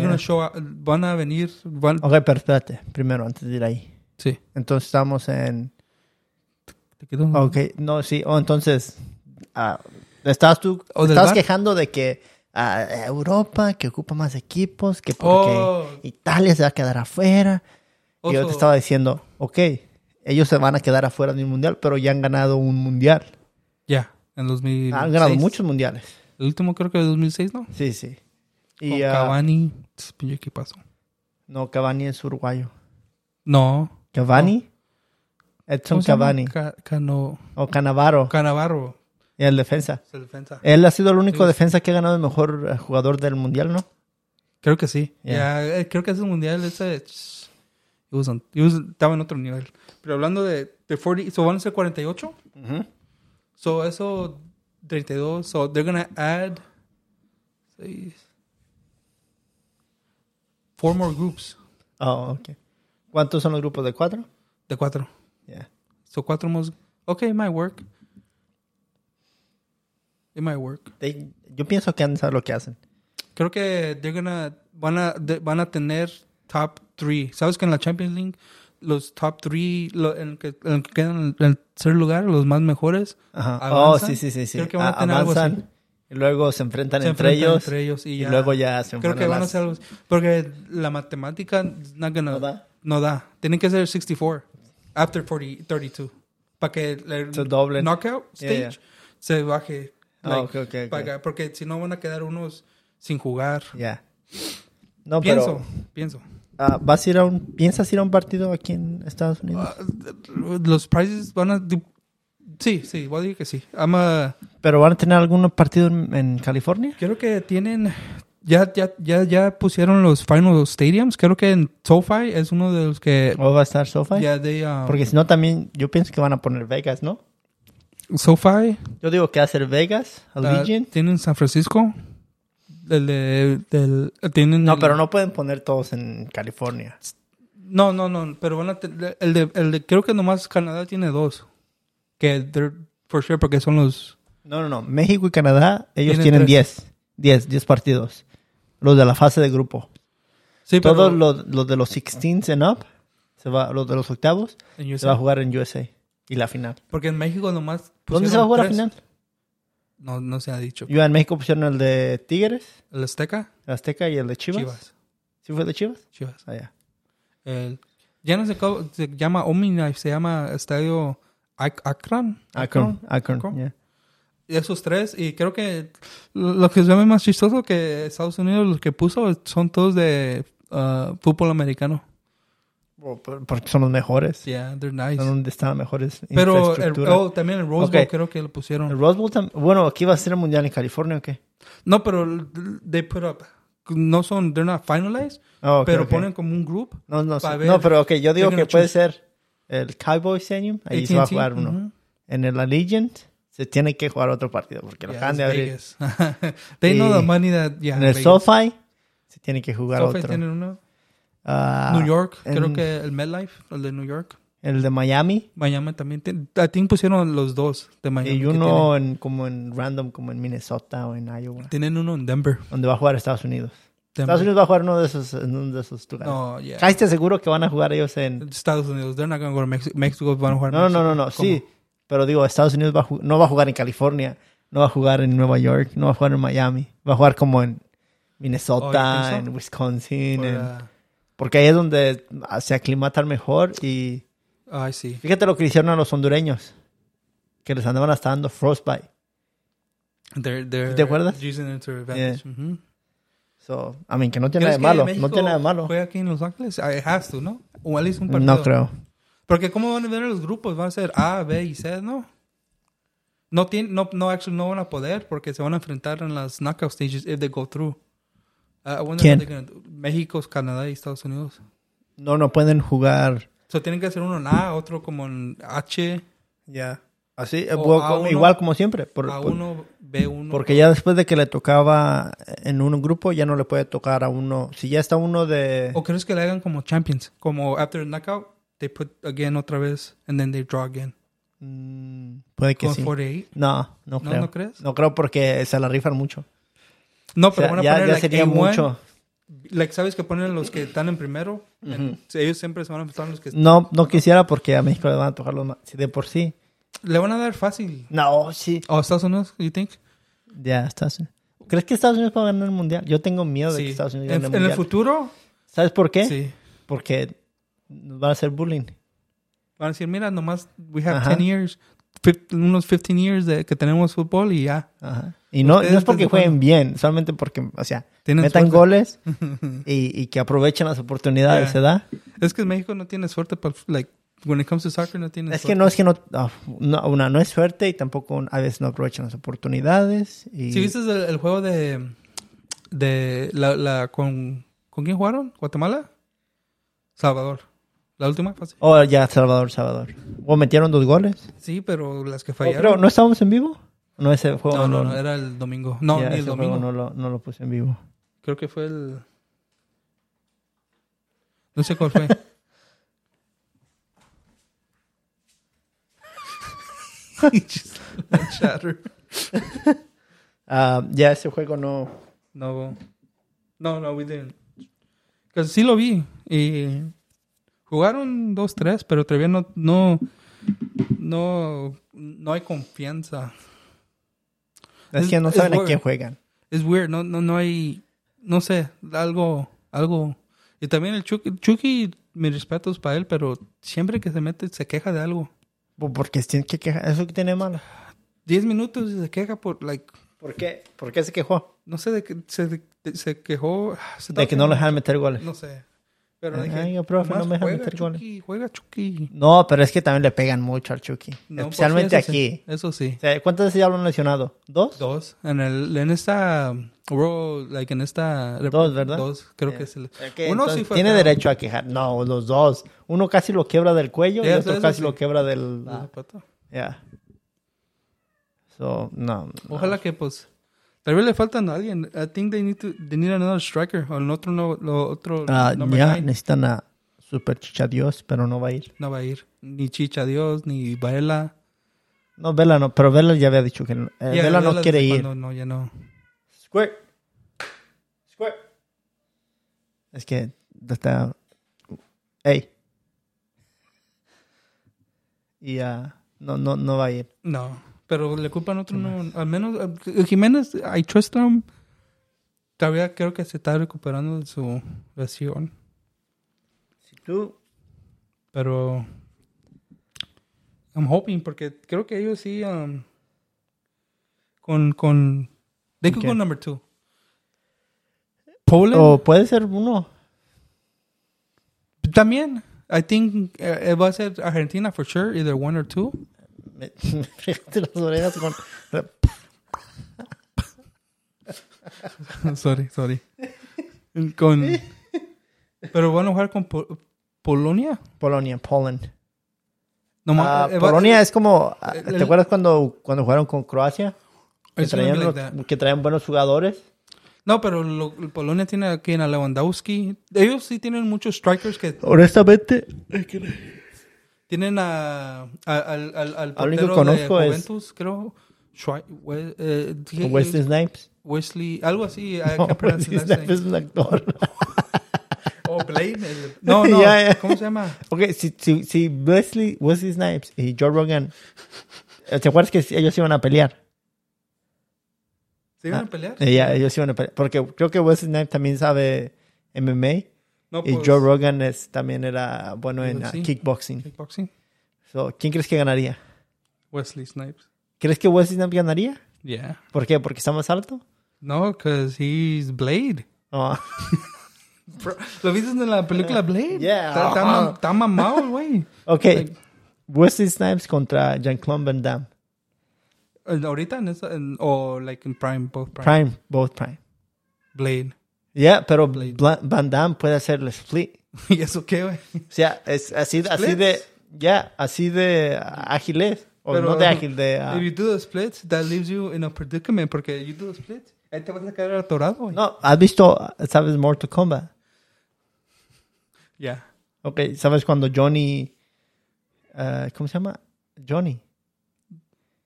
Speaker 1: Yeah. Oh.
Speaker 2: gonna show out. Van a venir. Van,
Speaker 1: Ok, pero espérate, primero, antes de ir ahí.
Speaker 2: Sí.
Speaker 1: Entonces estamos en...
Speaker 2: Te quedo-
Speaker 1: Ok, no, sí. Oh, entonces, ah, estabas tú,
Speaker 2: O del
Speaker 1: estabas
Speaker 2: bar.
Speaker 1: quejando de que ah, Europa, que ocupa más equipos, que porque
Speaker 2: Oh.
Speaker 1: Italia se va a quedar afuera. Y yo
Speaker 2: Also,
Speaker 1: te estaba diciendo, ok, ellos se van a quedar afuera de un mundial, pero ya han ganado un mundial.
Speaker 2: Ya, en 2006.
Speaker 1: Han ganado muchos mundiales.
Speaker 2: El último creo que de 2006, ¿no?
Speaker 1: Sí, sí.
Speaker 2: Con
Speaker 1: Y ah,
Speaker 2: Cavani. Tss, Pinche equipazo.
Speaker 1: no, Cavani es uruguayo.
Speaker 2: No.
Speaker 1: Cavani, Edson
Speaker 2: ¿Cómo se llama?
Speaker 1: Cavani
Speaker 2: Ca- Cano,
Speaker 1: o Canavaro,
Speaker 2: Canavarro.
Speaker 1: y el defensa.
Speaker 2: Es el defensa.
Speaker 1: Él ha sido el único
Speaker 2: Sí.
Speaker 1: defensa que ha ganado el mejor eh, jugador del mundial, ¿no?
Speaker 2: Creo que sí.
Speaker 1: Ya.
Speaker 2: Ya, eh, creo que ese mundial ese tss, it was on- it was- estaba en otro nivel. Pero hablando de, de 40, so van a ser 48. So eso 32, so they're gonna add seis, four more groups
Speaker 1: Oh, ok. ¿Cuántos son los grupos de cuatro?
Speaker 2: de cuatro.
Speaker 1: Yeah.
Speaker 2: So cuatro more. Okay, it might work. It might work.
Speaker 1: They- yo pienso que han saber lo que hacen.
Speaker 2: Creo que they're gonna, van, a, de- van a tener top 3. ¿Sabes que en la Champions League los top 3 en, que, en que quedan en el tercer lugar, los más mejores,
Speaker 1: Ajá. Oh,
Speaker 2: ¿Avanzan?
Speaker 1: sí, sí, sí. sí.
Speaker 2: Creo que van a
Speaker 1: Ah,
Speaker 2: tener algo así.
Speaker 1: avanzan y luego se enfrentan,
Speaker 2: se
Speaker 1: entre,
Speaker 2: enfrentan
Speaker 1: ellos,
Speaker 2: entre ellos y,
Speaker 1: y,
Speaker 2: ya.
Speaker 1: luego ya se
Speaker 2: Creo
Speaker 1: enfrentan.
Speaker 2: que van a
Speaker 1: las-
Speaker 2: ser algo así. Porque la matemática is not gonna-
Speaker 1: ¿No da?
Speaker 2: no da. Tienen que ser 64. After 40, 32. Para que el
Speaker 1: Se doblen.
Speaker 2: knockout
Speaker 1: Yeah,
Speaker 2: stage
Speaker 1: yeah.
Speaker 2: se baje.
Speaker 1: Ah, ok, ok, ok.
Speaker 2: para acá, porque si no van a quedar unos sin jugar.
Speaker 1: Ya. No,
Speaker 2: pienso,
Speaker 1: pero.
Speaker 2: pienso.
Speaker 1: ah, ¿vas a ir a un, ¿Piensas ir a un partido aquí en Estados Unidos?
Speaker 2: Ah, los prizes van a... di- Sí, sí, voy a decir que sí. I'm a-
Speaker 1: ¿Pero van a tener algún partido en, en California?
Speaker 2: Creo que tienen... Ya, ya, ya, ya pusieron los final stadiums. Creo que en SoFi es uno de los que...
Speaker 1: ¿O va a estar SoFi?
Speaker 2: Ya, they, um,
Speaker 1: Porque si no, también yo pienso que van a poner Vegas, ¿no?
Speaker 2: SoFi.
Speaker 1: Yo digo que hacer Vegas,
Speaker 2: ah,
Speaker 1: Allegiant.
Speaker 2: tienen San Francisco. El de- del- tienen
Speaker 1: no,
Speaker 2: el-
Speaker 1: pero no pueden poner todos en California.
Speaker 2: No, no, no, Pero van a tener... El de, el de- creo que nomás Canadá tiene dos. Que they're for sure porque son los...
Speaker 1: No, no, no. México y Canadá, ellos
Speaker 2: Tienen
Speaker 1: tienen 10. 10, 10 partidos. Los de la fase de grupo.
Speaker 2: Sí, pero...
Speaker 1: Todos los, los de los 16 and up, se va, los de los octavos,
Speaker 2: en
Speaker 1: se
Speaker 2: USA.
Speaker 1: va a jugar en USA. Y la final.
Speaker 2: Porque en México nomás...
Speaker 1: ¿Dónde se
Speaker 2: pusieron
Speaker 1: va a jugar
Speaker 2: tres.
Speaker 1: la final?
Speaker 2: No, no se ha dicho.
Speaker 1: Yo en México pusieron el de Tigres,
Speaker 2: El Azteca,
Speaker 1: el Azteca y el de Chivas.
Speaker 2: Chivas.
Speaker 1: ¿Sí fue el de Chivas?
Speaker 2: Chivas.
Speaker 1: Ah, ya.
Speaker 2: El- ya no sé cómo se llama Omni, se llama Estadio Ak- Akron.
Speaker 1: Akron. Akron,
Speaker 2: Akron.
Speaker 1: ya.
Speaker 2: Esos tres, y creo que lo que se llama más chistoso que Estados Unidos, los que puso son todos de uh, fútbol americano.
Speaker 1: Por- Oh, por- Porque son los mejores.
Speaker 2: Yeah, they're nice.
Speaker 1: Son donde están mejores
Speaker 2: Pero el,
Speaker 1: infraestructura.
Speaker 2: oh, también el Rose Bowl
Speaker 1: Ok.
Speaker 2: creo que lo
Speaker 1: El
Speaker 2: pusieron.
Speaker 1: Rose Bowl tam- Bueno, aquí va a ser el mundial en California, ¿o qué?
Speaker 2: No, pero l- they put up. No son, they're not finalized,
Speaker 1: Ah, ok,
Speaker 2: pero
Speaker 1: ok.
Speaker 2: ponen como un group.
Speaker 1: No, no,
Speaker 2: pa'
Speaker 1: sí.
Speaker 2: ver-
Speaker 1: no, pero ok, yo digo
Speaker 2: They're
Speaker 1: que
Speaker 2: gonna
Speaker 1: puede
Speaker 2: choose.
Speaker 1: ser el Cowboy Stadium, ahí se va a
Speaker 2: AT&T,
Speaker 1: jugar uno.
Speaker 2: ujú.
Speaker 1: En el Allegiant se tiene que jugar otro partido porque lo
Speaker 2: Yeah,
Speaker 1: acaban de
Speaker 2: it's
Speaker 1: abrir.
Speaker 2: Vegas. <laughs> They know
Speaker 1: Y-
Speaker 2: the money that yeah,
Speaker 1: en el
Speaker 2: Vegas.
Speaker 1: SoFi se tiene que jugar
Speaker 2: SoFi
Speaker 1: otro.
Speaker 2: tienen uno.
Speaker 1: Ah,
Speaker 2: New York, creo
Speaker 1: en-
Speaker 2: que el MetLife, el de New York.
Speaker 1: El de Miami
Speaker 2: Miami también. tiene- A ti pusieron los dos de Miami.
Speaker 1: y
Speaker 2: que
Speaker 1: uno en, como en random, como en Minnesota o en Iowa,
Speaker 2: tienen. Tienen uno en Denver.
Speaker 1: donde va a jugar Estados Unidos.
Speaker 2: Denver.
Speaker 1: Estados Unidos va a jugar uno de esos, en uno de esos lugares.
Speaker 2: No, yeah.
Speaker 1: Casi te seguro que van a jugar ellos en...
Speaker 2: Estados Unidos. They're not gonna go to Mexico. Mexico van a jugar.
Speaker 1: No, no, no,
Speaker 2: México.
Speaker 1: no, no,
Speaker 2: ¿Cómo?
Speaker 1: sí. Pero digo, Estados Unidos va a ju- no va a jugar en California, no va a jugar en Nueva York, no va a jugar en Miami, va a jugar como en
Speaker 2: Oh, you
Speaker 1: Minnesota,
Speaker 2: think so?
Speaker 1: en Wisconsin,
Speaker 2: Or,
Speaker 1: en-
Speaker 2: uh,
Speaker 1: porque ahí es donde ah, se aclimatan mejor y...
Speaker 2: ah, I see.
Speaker 1: Fíjate lo que le hicieron a los hondureños, que les andaban hasta dando frostbite.
Speaker 2: They're- they're
Speaker 1: ¿Te acuerdas?
Speaker 2: using it to advantage. Mhm.
Speaker 1: So, I mean, que no tiene nada
Speaker 2: ¿Crees
Speaker 1: de
Speaker 2: que
Speaker 1: malo,
Speaker 2: México
Speaker 1: no tiene nada de malo.
Speaker 2: Juega aquí en Los Ángeles. Ah, It has to, ¿no? O at least un partido.
Speaker 1: No creo.
Speaker 2: Porque cómo van a ver los grupos, van a ser A, B y C, ¿no? No tienen, no, no, actually no van a poder porque se van a enfrentar en las knockout stages if they go through. Uh, I wonder what
Speaker 1: ¿Quién?
Speaker 2: they're gonna do. México, Canadá y Estados Unidos.
Speaker 1: No, no pueden jugar...
Speaker 2: O sea, tienen que hacer uno en A, otro como en H,
Speaker 1: Ya. Así, eh,
Speaker 2: O
Speaker 1: bueno,
Speaker 2: a
Speaker 1: como-
Speaker 2: uno-
Speaker 1: igual como siempre. por- por-
Speaker 2: A1, B1.
Speaker 1: Porque ya después de que le tocaba en un grupo, ya no le puede tocar a uno. Si ya está uno de...
Speaker 2: ¿O crees que le hagan como Champions? Como after the knockout, they put again otra vez and then they draw again.
Speaker 1: Mm, puede que
Speaker 2: Como
Speaker 1: sí.
Speaker 2: 48.
Speaker 1: No, no
Speaker 2: No,
Speaker 1: creo.
Speaker 2: ¿no crees?
Speaker 1: No creo porque se la rifan mucho.
Speaker 2: No,
Speaker 1: O
Speaker 2: pero
Speaker 1: sea,
Speaker 2: van a
Speaker 1: ya,
Speaker 2: poner
Speaker 1: ya
Speaker 2: like,
Speaker 1: sería
Speaker 2: A1.
Speaker 1: mucho.
Speaker 2: Like, ¿Sabes que ponen los que están en primero? En- Ellos siempre se van a meter los que...
Speaker 1: No, no quisiera porque a México le van a tocar los más. Si de por sí.
Speaker 2: Le van a dar fácil.
Speaker 1: No, sí.
Speaker 2: ¿O Estados Unidos, you think?
Speaker 1: Ya, Estados Unidos. ¿Crees que Estados Unidos va a ganar el mundial? Yo tengo miedo de
Speaker 2: Sí.
Speaker 1: que Estados Unidos
Speaker 2: En,
Speaker 1: gane el
Speaker 2: en
Speaker 1: mundial.
Speaker 2: el futuro,
Speaker 1: ¿Sabes por qué?
Speaker 2: sí.
Speaker 1: Porque nos van a hacer bullying.
Speaker 2: Van a decir, mira, nomás we have
Speaker 1: Ajá.
Speaker 2: 10 years, fif- unos 15 years de que tenemos fútbol
Speaker 1: <laughs>
Speaker 2: y ya.
Speaker 1: Ajá. Y no, no
Speaker 2: Ustedes
Speaker 1: es porque
Speaker 2: desde
Speaker 1: jueguen bien, solamente porque, o sea,
Speaker 2: Tienen
Speaker 1: metan
Speaker 2: suerte. <laughs>
Speaker 1: goles y, y que aprovechen las oportunidades,
Speaker 2: Ya.
Speaker 1: ¿verdad?
Speaker 2: Es que México no tiene suerte para, like, when it comes to soccer, no tiene
Speaker 1: Es que
Speaker 2: suerte.
Speaker 1: no, es que no, ah, no, una no es suerte y tampoco a veces no aprovechan las oportunidades. Y
Speaker 2: Si viste el, el juego de, de la, la- con, ¿con quién jugaron? ¿Guatemala? Salvador. La última fase.
Speaker 1: Oh, ya, Salvador, Salvador. ¿O metieron dos goles?
Speaker 2: Sí, pero las que
Speaker 1: Oh, pero,
Speaker 2: fallaron.
Speaker 1: ¿no estábamos en vivo? No, ese juego
Speaker 2: no, no,
Speaker 1: lo-
Speaker 2: no, era el domingo. No,
Speaker 1: ya,
Speaker 2: ni el
Speaker 1: ese juego
Speaker 2: domingo.
Speaker 1: no lo, no lo puse en vivo.
Speaker 2: Creo que fue el. No sé cuál fue. He just shatter.
Speaker 1: Ah, ya, ese juego no...
Speaker 2: <laughs> No, no, no, we didn't. 'Cause sí lo vi. Y jugaron 2-3, pero todavía no, no, no, no hay confianza.
Speaker 1: Es que no
Speaker 2: Es- es
Speaker 1: saben a
Speaker 2: weird.
Speaker 1: quién juegan.
Speaker 2: Es weird, no, no, no hay, no sé, algo, algo. Y también el Chucky, Chucky, mis respetos para él, pero siempre que se mete se queja de algo.
Speaker 1: Po- Porque tienen que quejar. Eso que tiene malo.
Speaker 2: 10 minutos y se queja por, like,
Speaker 1: ¿Por qué? ¿Por qué se quejó?
Speaker 2: no sé, de que se, de- se quejó. ah, se
Speaker 1: De
Speaker 2: estaba
Speaker 1: que no lo
Speaker 2: quejando.
Speaker 1: dejaron meter goles.
Speaker 2: No sé. Pero
Speaker 1: Ay,
Speaker 2: dije,
Speaker 1: yo, profe, no
Speaker 2: "Nomás
Speaker 1: me dejan
Speaker 2: juega,
Speaker 1: meter goles".
Speaker 2: Chucky, Juega Chucky.
Speaker 1: No, pero es que también le pegan mucho al Chucky.
Speaker 2: No, pues,
Speaker 1: Especialmente
Speaker 2: eso sí,
Speaker 1: aquí.
Speaker 2: eso sí.
Speaker 1: O sea, ¿Cuántas veces ya lo han lesionado? ¿Dos?
Speaker 2: Dos. En, el, en esta um, World, like en esta.
Speaker 1: Dos, ¿verdad?
Speaker 2: Dos, creo
Speaker 1: Yeah.
Speaker 2: Eh, que es el.
Speaker 1: Es que
Speaker 2: Uno
Speaker 1: entonces
Speaker 2: sí fue.
Speaker 1: tiene
Speaker 2: feo.
Speaker 1: derecho a quejar. No, los dos. Uno casi lo quiebra del cuello y
Speaker 2: Yeah,
Speaker 1: otro
Speaker 2: eso
Speaker 1: casi
Speaker 2: sí.
Speaker 1: lo quiebra del...
Speaker 2: El zapato.
Speaker 1: yeah. So, no. no.
Speaker 2: Ojalá que, pues. Tal vez le faltan a alguien. I think they need, to, they need another striker. O el otro no. Lo otro.
Speaker 1: Ah,
Speaker 2: number
Speaker 1: ya
Speaker 2: nine.
Speaker 1: necesitan a Super Chicha Dios, pero no va a ir.
Speaker 2: No va a ir. Ni Chicha Dios, ni Baela.
Speaker 1: No, Vela no, pero Vela ya había dicho que no. Eh,
Speaker 2: Yeah,
Speaker 1: Vela no
Speaker 2: Vela
Speaker 1: quiere
Speaker 2: desde
Speaker 1: ir.
Speaker 2: cuando No, ya no.
Speaker 1: Squirt. Squirt. Es que está. Ey. Y ah, no, no, no va a ir.
Speaker 2: No, pero le culpan otro no.
Speaker 1: Mm.
Speaker 2: Al menos eh, Jiménez, I trust him. Todavía creo que se está recuperando de su lesión.
Speaker 1: Si tú.
Speaker 2: Pero I'm hoping porque creo que ellos sí um, con con Oh. they could
Speaker 1: Okay.
Speaker 2: go number two. Poland
Speaker 1: O puede ser uno. <laughs>
Speaker 2: también. I think eh, eh, va a ser Argentina for sure, either one or two.
Speaker 1: Me, me fregaste las orejas con.
Speaker 2: <laughs> sorry, sorry. Con pero van a jugar con Po- Polonia.
Speaker 1: Polonia, Poland.
Speaker 2: No ma-
Speaker 1: Ah,
Speaker 2: eh, va-
Speaker 1: Polonia es como. ah,
Speaker 2: el-
Speaker 1: ¿Te
Speaker 2: el-
Speaker 1: acuerdas cuando, cuando jugaron con Croacia? Que
Speaker 2: it's gonna be
Speaker 1: traían,
Speaker 2: like
Speaker 1: los-
Speaker 2: that.
Speaker 1: que traían buenos jugadores.
Speaker 2: No, pero lo- Polonia tiene aquí a Lewandowski. Ellos sí tienen muchos strikers que
Speaker 1: Honestamente,
Speaker 2: tienen a, a- al, al, al
Speaker 1: Al único
Speaker 2: portero
Speaker 1: que conozco
Speaker 2: de
Speaker 1: es-
Speaker 2: Juventus, creo. Schwe- We- eh, dije-
Speaker 1: Wesley Snipes.
Speaker 2: Wesley, algo
Speaker 1: <laughs>
Speaker 2: así. I
Speaker 1: No,
Speaker 2: can't pronounce
Speaker 1: Wesley
Speaker 2: his last
Speaker 1: Snipes
Speaker 2: name.
Speaker 1: es un actor.
Speaker 2: Oh, Blaine.
Speaker 1: <laughs>
Speaker 2: el- No, no.
Speaker 1: Ya, ya.
Speaker 2: ¿Cómo se llama?
Speaker 1: Ok, si, si, si Wesley, Wesley Snipes y Joe Rogan, eh, ¿te acuerdas que ellos iban a pelear?
Speaker 2: ¿Se iban
Speaker 1: Ah,
Speaker 2: a pelear?
Speaker 1: Eh, ya, ellos iban a pelear. Porque creo que Wesley Snipes también sabe MMA
Speaker 2: No,
Speaker 1: y
Speaker 2: pues,
Speaker 1: Joe Rogan es, también era bueno en ah,
Speaker 2: UFC.
Speaker 1: kickboxing.
Speaker 2: Kickboxing.
Speaker 1: So, ¿Quién crees que ganaría?
Speaker 2: Wesley Snipes.
Speaker 1: ¿Crees que Wesley Snipes ganaría?
Speaker 2: Yeah.
Speaker 1: ¿Por qué? ¿Porque está más alto?
Speaker 2: No, because he's Blade.
Speaker 1: No. <laughs>
Speaker 2: Bro, ¿Lo viste en la película Blade?
Speaker 1: Yeah.
Speaker 2: Está, está mam- está mamado el güey.
Speaker 1: Ok, Wesley Snipes contra Jean-Claude Van Damme.
Speaker 2: Eh, Ahorita en esa, en- o like in Prime, both Prime.
Speaker 1: Prime, both prime.
Speaker 2: Blade. <laughs>
Speaker 1: Ya, pero Bla- Van Damme puede hacerle split.
Speaker 2: ¿Y eso qué, güey?
Speaker 1: O sea, es así, así de, ya, así de ágil es. O
Speaker 2: Pero,
Speaker 1: no de ágil, de... ah,
Speaker 2: If you do the splits, that leaves you in a predicament porque you do the splits, ahí te vas a quedar atorado, güey.
Speaker 1: no, ¿has visto, sabes, Mortal Kombat?
Speaker 2: Ya.
Speaker 1: Ok, ¿sabes cuando Johnny... eh, ¿Cómo se llama? Johnny.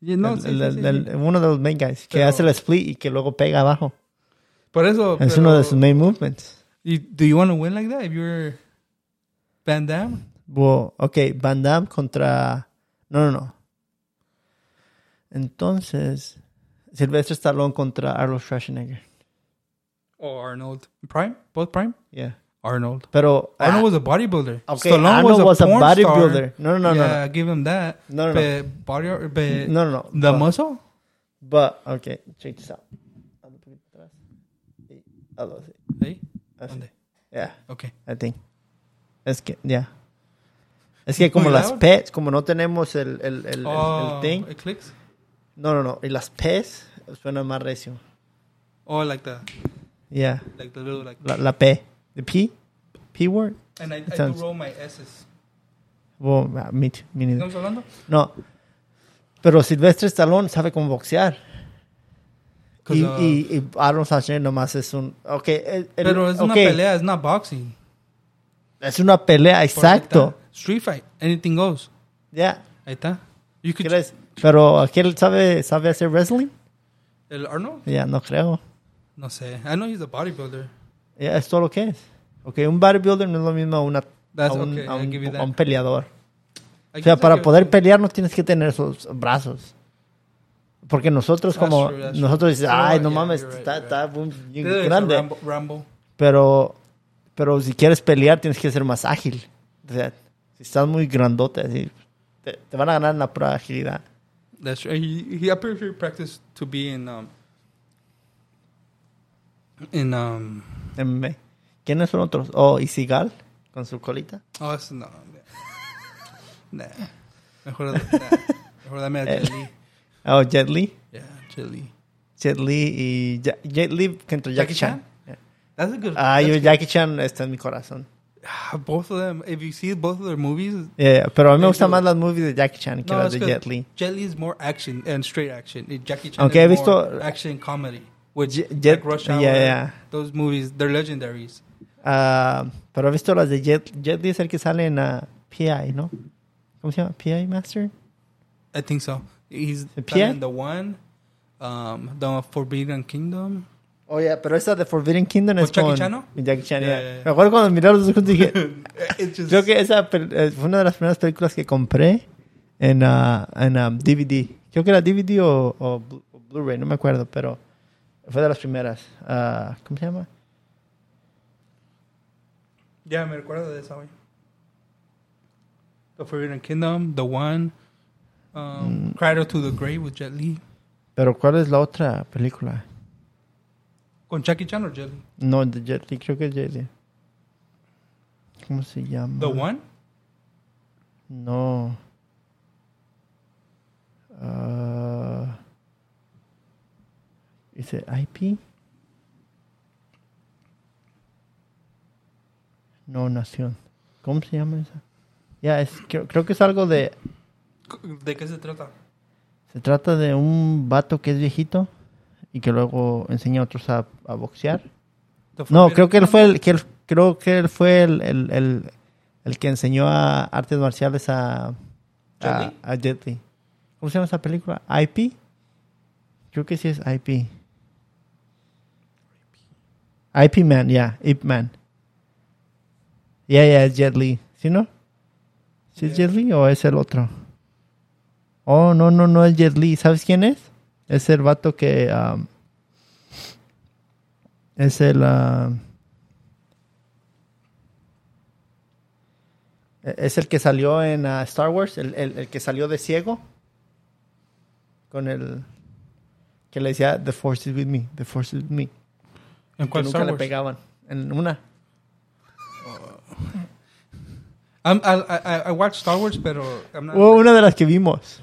Speaker 2: Y No,
Speaker 1: El-
Speaker 2: sí,
Speaker 1: el-
Speaker 2: sí, sí,
Speaker 1: el-
Speaker 2: sí.
Speaker 1: el- uno de los main guys, que
Speaker 2: Pero-
Speaker 1: hace el split y que luego pega abajo.
Speaker 2: Por eso.
Speaker 1: Es
Speaker 2: pero-
Speaker 1: uno de sus main movements.
Speaker 2: You- do you want to win like that if you're Van Damme?
Speaker 1: Wow, ok, Van Damme contra. No, no, no. Entonces, Sylvester Stallone contra Arnold Schwarzenegger.
Speaker 2: Or Arnold? Prime? Both Prime?
Speaker 1: Yeah.
Speaker 2: Arnold.
Speaker 1: Pero. ah,
Speaker 2: Arnold was a bodybuilder.
Speaker 1: okay, Arnold was a,
Speaker 2: porn star.
Speaker 1: bodybuilder. No, no, no,
Speaker 2: yeah, give him that.
Speaker 1: no, no, no,
Speaker 2: But body, but
Speaker 1: no, no, no.
Speaker 2: the
Speaker 1: but,
Speaker 2: muscle.
Speaker 1: but, ok, check this out. Hazlo un poquito atrás. Y hazlo así,
Speaker 2: Hey,
Speaker 1: así.
Speaker 2: ¿Dónde?
Speaker 1: Yeah,
Speaker 2: okay.
Speaker 1: I think. Es que, yeah. Es que como
Speaker 2: Muy
Speaker 1: las
Speaker 2: loud.
Speaker 1: pets, como no tenemos el, el, el, el- el
Speaker 2: oh,
Speaker 1: thing.
Speaker 2: it clicks.
Speaker 1: No, no, no. Y las pets suena más recio.
Speaker 2: Oh, like the
Speaker 1: Yeah.
Speaker 2: like the little like.
Speaker 1: La, la P. The P? P word?
Speaker 2: And I, I do
Speaker 1: sounds-
Speaker 2: roll my s's.
Speaker 1: Well, ah, me too, me neither.
Speaker 2: ¿Estamos hablando?
Speaker 1: No. Pero Silvestre Stallone sabe cómo boxear. Y,
Speaker 2: 'Cause, uh,
Speaker 1: y, y Arnold Schwarzenegger nomás es un... Okay, el- el-
Speaker 2: Pero es una
Speaker 1: okay,
Speaker 2: pelea, it's not boxing.
Speaker 1: Es una pelea,
Speaker 2: Por ahí
Speaker 1: exacto.
Speaker 2: está. Street fight, anything goes.
Speaker 1: Ya.
Speaker 2: Ahí está. You could
Speaker 1: ¿Crees? Pero ¿aquel sabe, sabe hacer wrestling?
Speaker 2: el Arnold?
Speaker 1: Ya, no creo.
Speaker 2: No sé. I know he's a bodybuilder.
Speaker 1: Ya, es todo lo que es. Ok, un bodybuilder no es lo mismo a, una, a
Speaker 2: That's
Speaker 1: un,
Speaker 2: okay,
Speaker 1: a
Speaker 2: I'll
Speaker 1: un-
Speaker 2: give you that.
Speaker 1: a un peleador.
Speaker 2: I
Speaker 1: O sea,
Speaker 2: guess I
Speaker 1: para
Speaker 2: could-
Speaker 1: poder pelear no tienes que tener esos brazos. Porque nosotros
Speaker 2: That's
Speaker 1: como
Speaker 2: true, that's
Speaker 1: nosotros dices,
Speaker 2: You're
Speaker 1: ay,
Speaker 2: right,
Speaker 1: no
Speaker 2: yeah,
Speaker 1: mames,
Speaker 2: you're right,
Speaker 1: está,
Speaker 2: you're
Speaker 1: está un-
Speaker 2: Dude, it's a
Speaker 1: grande.
Speaker 2: Rambo, Rambo.
Speaker 1: Pero, pero si quieres pelear tienes que ser más ágil. O sea, si estás muy grandote, así, te, te van a ganar en la pura agilidad.
Speaker 2: That's right. He he appeared to practice to be in um in um
Speaker 1: MMA. ¿Quiénes son otros? Oh, y Sigal con su colita.
Speaker 2: oh that's no nah. Mejor nah.
Speaker 1: <laughs>
Speaker 2: Mejor dame
Speaker 1: Eh.
Speaker 2: a Jet Li.
Speaker 1: Oh, Jet Li.
Speaker 2: Yeah, Jet Li.
Speaker 1: Jet Li y Ja- Jet Li contra Jackie,
Speaker 2: Jackie
Speaker 1: Chan.
Speaker 2: Chan? That's a good.
Speaker 1: Ah, yo
Speaker 2: that's
Speaker 1: Jackie Chan está en mi corazón.
Speaker 2: good. Ah, both of them. If you see both of their movies,
Speaker 1: Yeah, Eh, pero a mí me
Speaker 2: Thank
Speaker 1: gustan
Speaker 2: you.
Speaker 1: más las movies de Jackie Chan que
Speaker 2: No,
Speaker 1: las
Speaker 2: it's
Speaker 1: de
Speaker 2: good.
Speaker 1: Jet Li.
Speaker 2: Jet Li is more action and straight action. Eh, Jackie Chan
Speaker 1: Aunque he
Speaker 2: is
Speaker 1: visto- uh,
Speaker 2: more action comedy. With
Speaker 1: Jet-
Speaker 2: Jet, like Rush Hour,
Speaker 1: yeah, yeah.
Speaker 2: those movies, they're legendaries.
Speaker 1: Ah, pero he visto las de Jet, Jet Li es el que sale en ah, PI, ¿no? ¿Cómo se llama? PI Master.
Speaker 2: I think so. He's
Speaker 1: The Pierre?
Speaker 2: the one, um, the Forbidden Kingdom.
Speaker 1: Oye, pero esa de Forbidden Kingdom
Speaker 2: ¿Con
Speaker 1: es
Speaker 2: Jackie
Speaker 1: con
Speaker 2: Chan, no?
Speaker 1: Jackie Chan.
Speaker 2: Yeah,
Speaker 1: yeah.
Speaker 2: yeah, yeah.
Speaker 1: Me acuerdo cuando miraron los dos juntos
Speaker 2: <laughs>
Speaker 1: dije,
Speaker 2: it's just
Speaker 1: creo que esa pel- eh, fue una de las primeras películas que compré en, ah, en ah, DVD. Creo que era DVD o, o Blu- o Blu-ray, no me acuerdo, pero fue de las primeras. Ah, ¿Cómo se llama?
Speaker 2: yeah, me recuerdo de esa. güey. The Forbidden Kingdom, the one,
Speaker 1: Mm.
Speaker 2: um, Cradle to the Grave with Jet Li.
Speaker 1: Pero ¿cuál es la otra película?
Speaker 2: Con Jackie Chan or Jet Li?
Speaker 1: No, de Jet Li, creo que es Jet Li. ¿Cómo se llama?
Speaker 2: The one.
Speaker 1: No. Ah. is it IP? No, Nación. ¿Cómo se llama esa? Ya, es, creo, creo que es algo de...
Speaker 2: ¿De qué se trata?
Speaker 1: Se trata de un vato que es viejito y que luego enseña a otros a, a boxear.
Speaker 2: The
Speaker 1: No,
Speaker 2: Forbidden
Speaker 1: creo que él
Speaker 2: Kingdom?
Speaker 1: fue el que él- creo que él fue el, el, el- el que enseñó a artes marciales a a,
Speaker 2: Jet Li.
Speaker 1: a Jet Li. ¿Cómo se llama esa película? IP. Creo que sí es IP. IP Man, ya, Ip Man. Ya, ya, es Jet Li, ¿sí no? ¿Sí es
Speaker 2: Yeah.
Speaker 1: Jet Li o es el otro? Oh, no, no, no es Jet Li. ¿Sabes quién es? Es el vato que. um, es el. um, e- es el que salió en uh, Star Wars, el, el- el que salió de ciego. Con el. Que le decía, The Force is with me, The Force is with me.
Speaker 2: ¿En
Speaker 1: Que
Speaker 2: cuál
Speaker 1: nunca
Speaker 2: Star
Speaker 1: le
Speaker 2: Wars?
Speaker 1: pegaban. En una.
Speaker 2: I'm, I, I, I watched Star Wars, pero I'm not.
Speaker 1: Hubo una de las que vimos.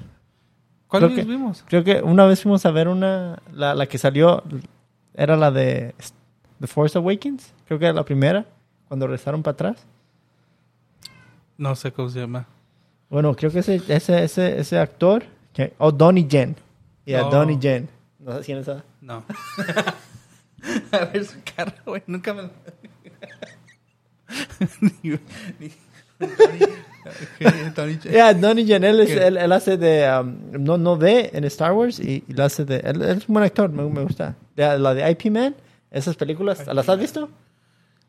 Speaker 2: ¿Cuál
Speaker 1: creo
Speaker 2: videos
Speaker 1: que-
Speaker 2: vimos?
Speaker 1: Creo que una vez fuimos a ver una. La, la que salió era la de S- The Force Awakens. Creo que era la primera. Cuando regresaron para atrás.
Speaker 2: No sé cómo se llama.
Speaker 1: Bueno, creo que ese, ese, ese, ese actor. que- oh, Donnie Jen. Yeah,
Speaker 2: Oh.
Speaker 1: Donnie Jen. No sé quién es esa.
Speaker 2: No. <laughs> a ver su cara, güey.
Speaker 1: <laughs>
Speaker 2: Nunca <laughs> me. ni, ni, Tony, Tony J.
Speaker 1: Yeah, Donnie Jen. Él, es-
Speaker 2: ¿Qué?
Speaker 1: él, él hace de. um, no, no ve en Star Wars. Y, y lo hace de. Él, él es un buen actor. Me, me gusta. De- la de IP Man. Esas películas, ¿las has visto?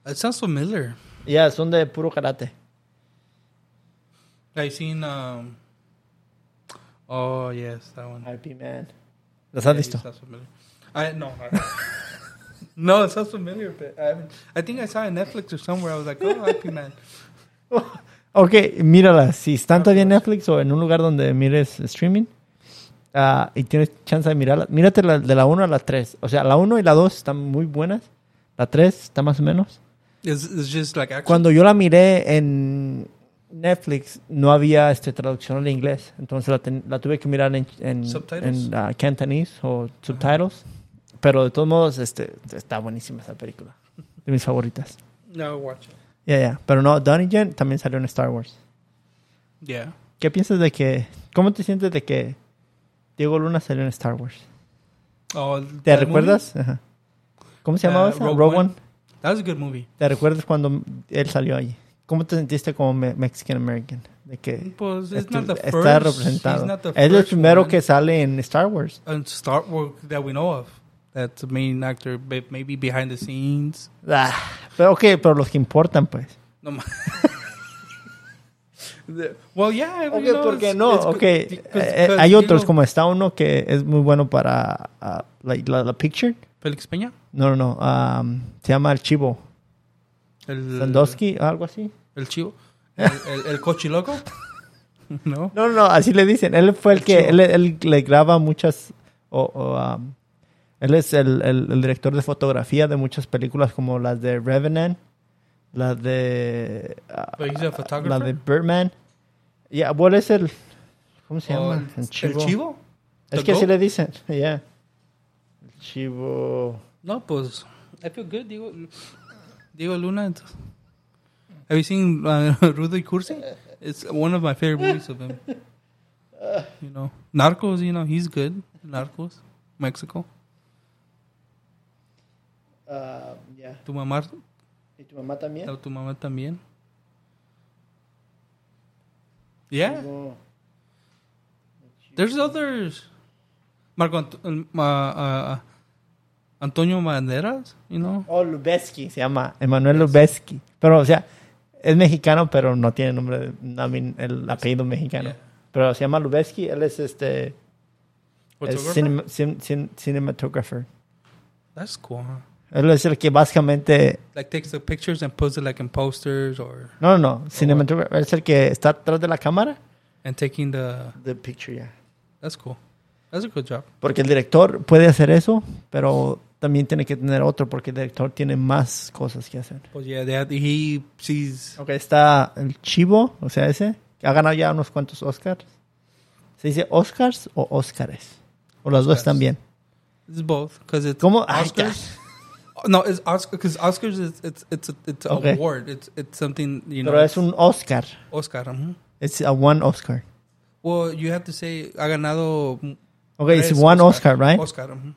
Speaker 2: It sounds familiar.
Speaker 1: Ya, son de puro karate.
Speaker 2: I seen. Um, oh yes, that one.
Speaker 1: IP Man. Ah, ¿Las has
Speaker 2: Yeah, it
Speaker 1: visto?
Speaker 2: sounds familiar. I no. <laughs> I- no, it sounds familiar, but I haven't. I think I saw it on Netflix or somewhere. I was like, oh,
Speaker 1: <laughs>
Speaker 2: IP Man.
Speaker 1: Ok, mírala. Si están todavía en Netflix o en un lugar donde mires streaming ah, y tienes chance de mirarla, mírate la, de la 1 a la 3. O sea, la 1 y la 2 están muy buenas. La 3 está más o menos.
Speaker 2: It's, it's just like action.
Speaker 1: Cuando yo la miré en Netflix, no había este, traducción al inglés. Entonces la, ten- la tuve que mirar en, en,
Speaker 2: Subtitles.
Speaker 1: en, ah, cantonese o subtitles. Pero de todos modos, este, está buenísima esa película. De mis favoritas.
Speaker 2: No, watch it.
Speaker 1: Ya, ya. Pero no, Donnie Yen también salió en Star Wars.
Speaker 2: Yeah.
Speaker 1: ¿Qué piensas de que... ¿Cómo te sientes de que Diego Luna salió en Star Wars?
Speaker 2: Oh,
Speaker 1: ¿Te
Speaker 2: that
Speaker 1: recuerdas? Ajá. ¿Cómo se llamaba
Speaker 2: Ah,
Speaker 1: esa?
Speaker 2: Rogue
Speaker 1: Rogue,
Speaker 2: One.
Speaker 1: One.
Speaker 2: movie? That was a good movie.
Speaker 1: ¿Te recuerdas cuando él salió allí? ¿Cómo te sentiste como me- Mexican American? De que
Speaker 2: Pues, it's
Speaker 1: estu-
Speaker 2: not the first.
Speaker 1: Eh, está
Speaker 2: He's
Speaker 1: representado.
Speaker 2: not the
Speaker 1: es el
Speaker 2: first
Speaker 1: primero
Speaker 2: one
Speaker 1: que sale en Star Wars.
Speaker 2: in Star Wars that we know of. That's the main actor, but maybe behind the scenes.
Speaker 1: Ah, pero ok, pero los que importan, pues.
Speaker 2: No. ma- The- well, yeah.
Speaker 1: Ok,
Speaker 2: you know,
Speaker 1: porque
Speaker 2: it's-
Speaker 1: no,
Speaker 2: it's good-
Speaker 1: ok. eh,
Speaker 2: because-
Speaker 1: eh,
Speaker 2: because,
Speaker 1: hay
Speaker 2: you
Speaker 1: otros,
Speaker 2: know,
Speaker 1: como está uno que es muy bueno para ah, like, la, la picture.
Speaker 2: Félix Peña.
Speaker 1: No, no, no. ah, se llama Archivo.
Speaker 2: El,
Speaker 1: Sandowski, algo así.
Speaker 2: El chivo. El, el, el cochiloco. <laughs>
Speaker 1: <laughs>
Speaker 2: No.
Speaker 1: No, no, no, así le dicen. Él fue el,
Speaker 2: El
Speaker 1: que
Speaker 2: chivo.
Speaker 1: él, él le graba muchas. O, o, um, él es el, el- el director de fotografía de muchas películas como las de Revenant, las de. ah,
Speaker 2: But he's a photographer.
Speaker 1: la de Birdman. Ya, ¿cuál es el. ¿Cómo se
Speaker 2: Oh,
Speaker 1: llama?
Speaker 2: el chivo.
Speaker 1: Es
Speaker 2: The
Speaker 1: que así
Speaker 2: goat.
Speaker 1: le dicen. <laughs> ya. El chivo.
Speaker 2: No, pues. I feel good, Diego. Diego Luna. entonces. Have you seen uh, <laughs> Rudy Cursi? It's one of my favorite movies of him. You know, Narcos. You know, he's good. Narcos, Mexico.
Speaker 1: ah, ya.
Speaker 2: Tu mamá, uh,
Speaker 1: ¿Y tu mamá también?
Speaker 2: tu mamá también. Yeah.
Speaker 1: Chivo.
Speaker 2: There's others. Marco Ant- um, uh, uh, Antonio Banderas, you know.
Speaker 1: Oh, Lubeski, se llama Emanuel Lubeski. Pero, o sea, es mexicano, pero no tiene nombre, de- I mean, el apellido mexicano.
Speaker 2: Yeah.
Speaker 1: Pero se llama Lubeski, él es este. Es
Speaker 2: Photographer?
Speaker 1: cinema- cin- cin- cinematographer.
Speaker 2: That's cool. Huh?
Speaker 1: Él es el que básicamente.
Speaker 2: Like takes the pictures and puts it like in posters or
Speaker 1: No, no, no. Cinematographer. Es el que está atrás de la cámara.
Speaker 2: and taking the.
Speaker 1: The picture, yeah.
Speaker 2: That's cool. That's a good job.
Speaker 1: Porque el director puede hacer eso, pero también tiene que tener otro, porque el director tiene más cosas que hacer.
Speaker 2: But yeah, they had, he sees.
Speaker 1: Ok, está el Chivo, o sea, ese, que ha ganado ya unos cuantos Oscars. ¿Se dice Oscars o Óscares? O las dos
Speaker 2: Oscars.
Speaker 1: también.
Speaker 2: It's both because it's
Speaker 1: ¿Cómo? Ay, ya.
Speaker 2: Oscars. no, it's Oscar because Oscars is it's it's a, it's an
Speaker 1: Okay.
Speaker 2: award. It's it's something you know.
Speaker 1: Pero es un Oscar.
Speaker 2: Oscar. mhm.
Speaker 1: It's a one Oscar.
Speaker 2: Well, you have to say ha ganado. mm,
Speaker 1: Ok, it's
Speaker 2: tres
Speaker 1: one Oscar, right?
Speaker 2: Oscar. mhm.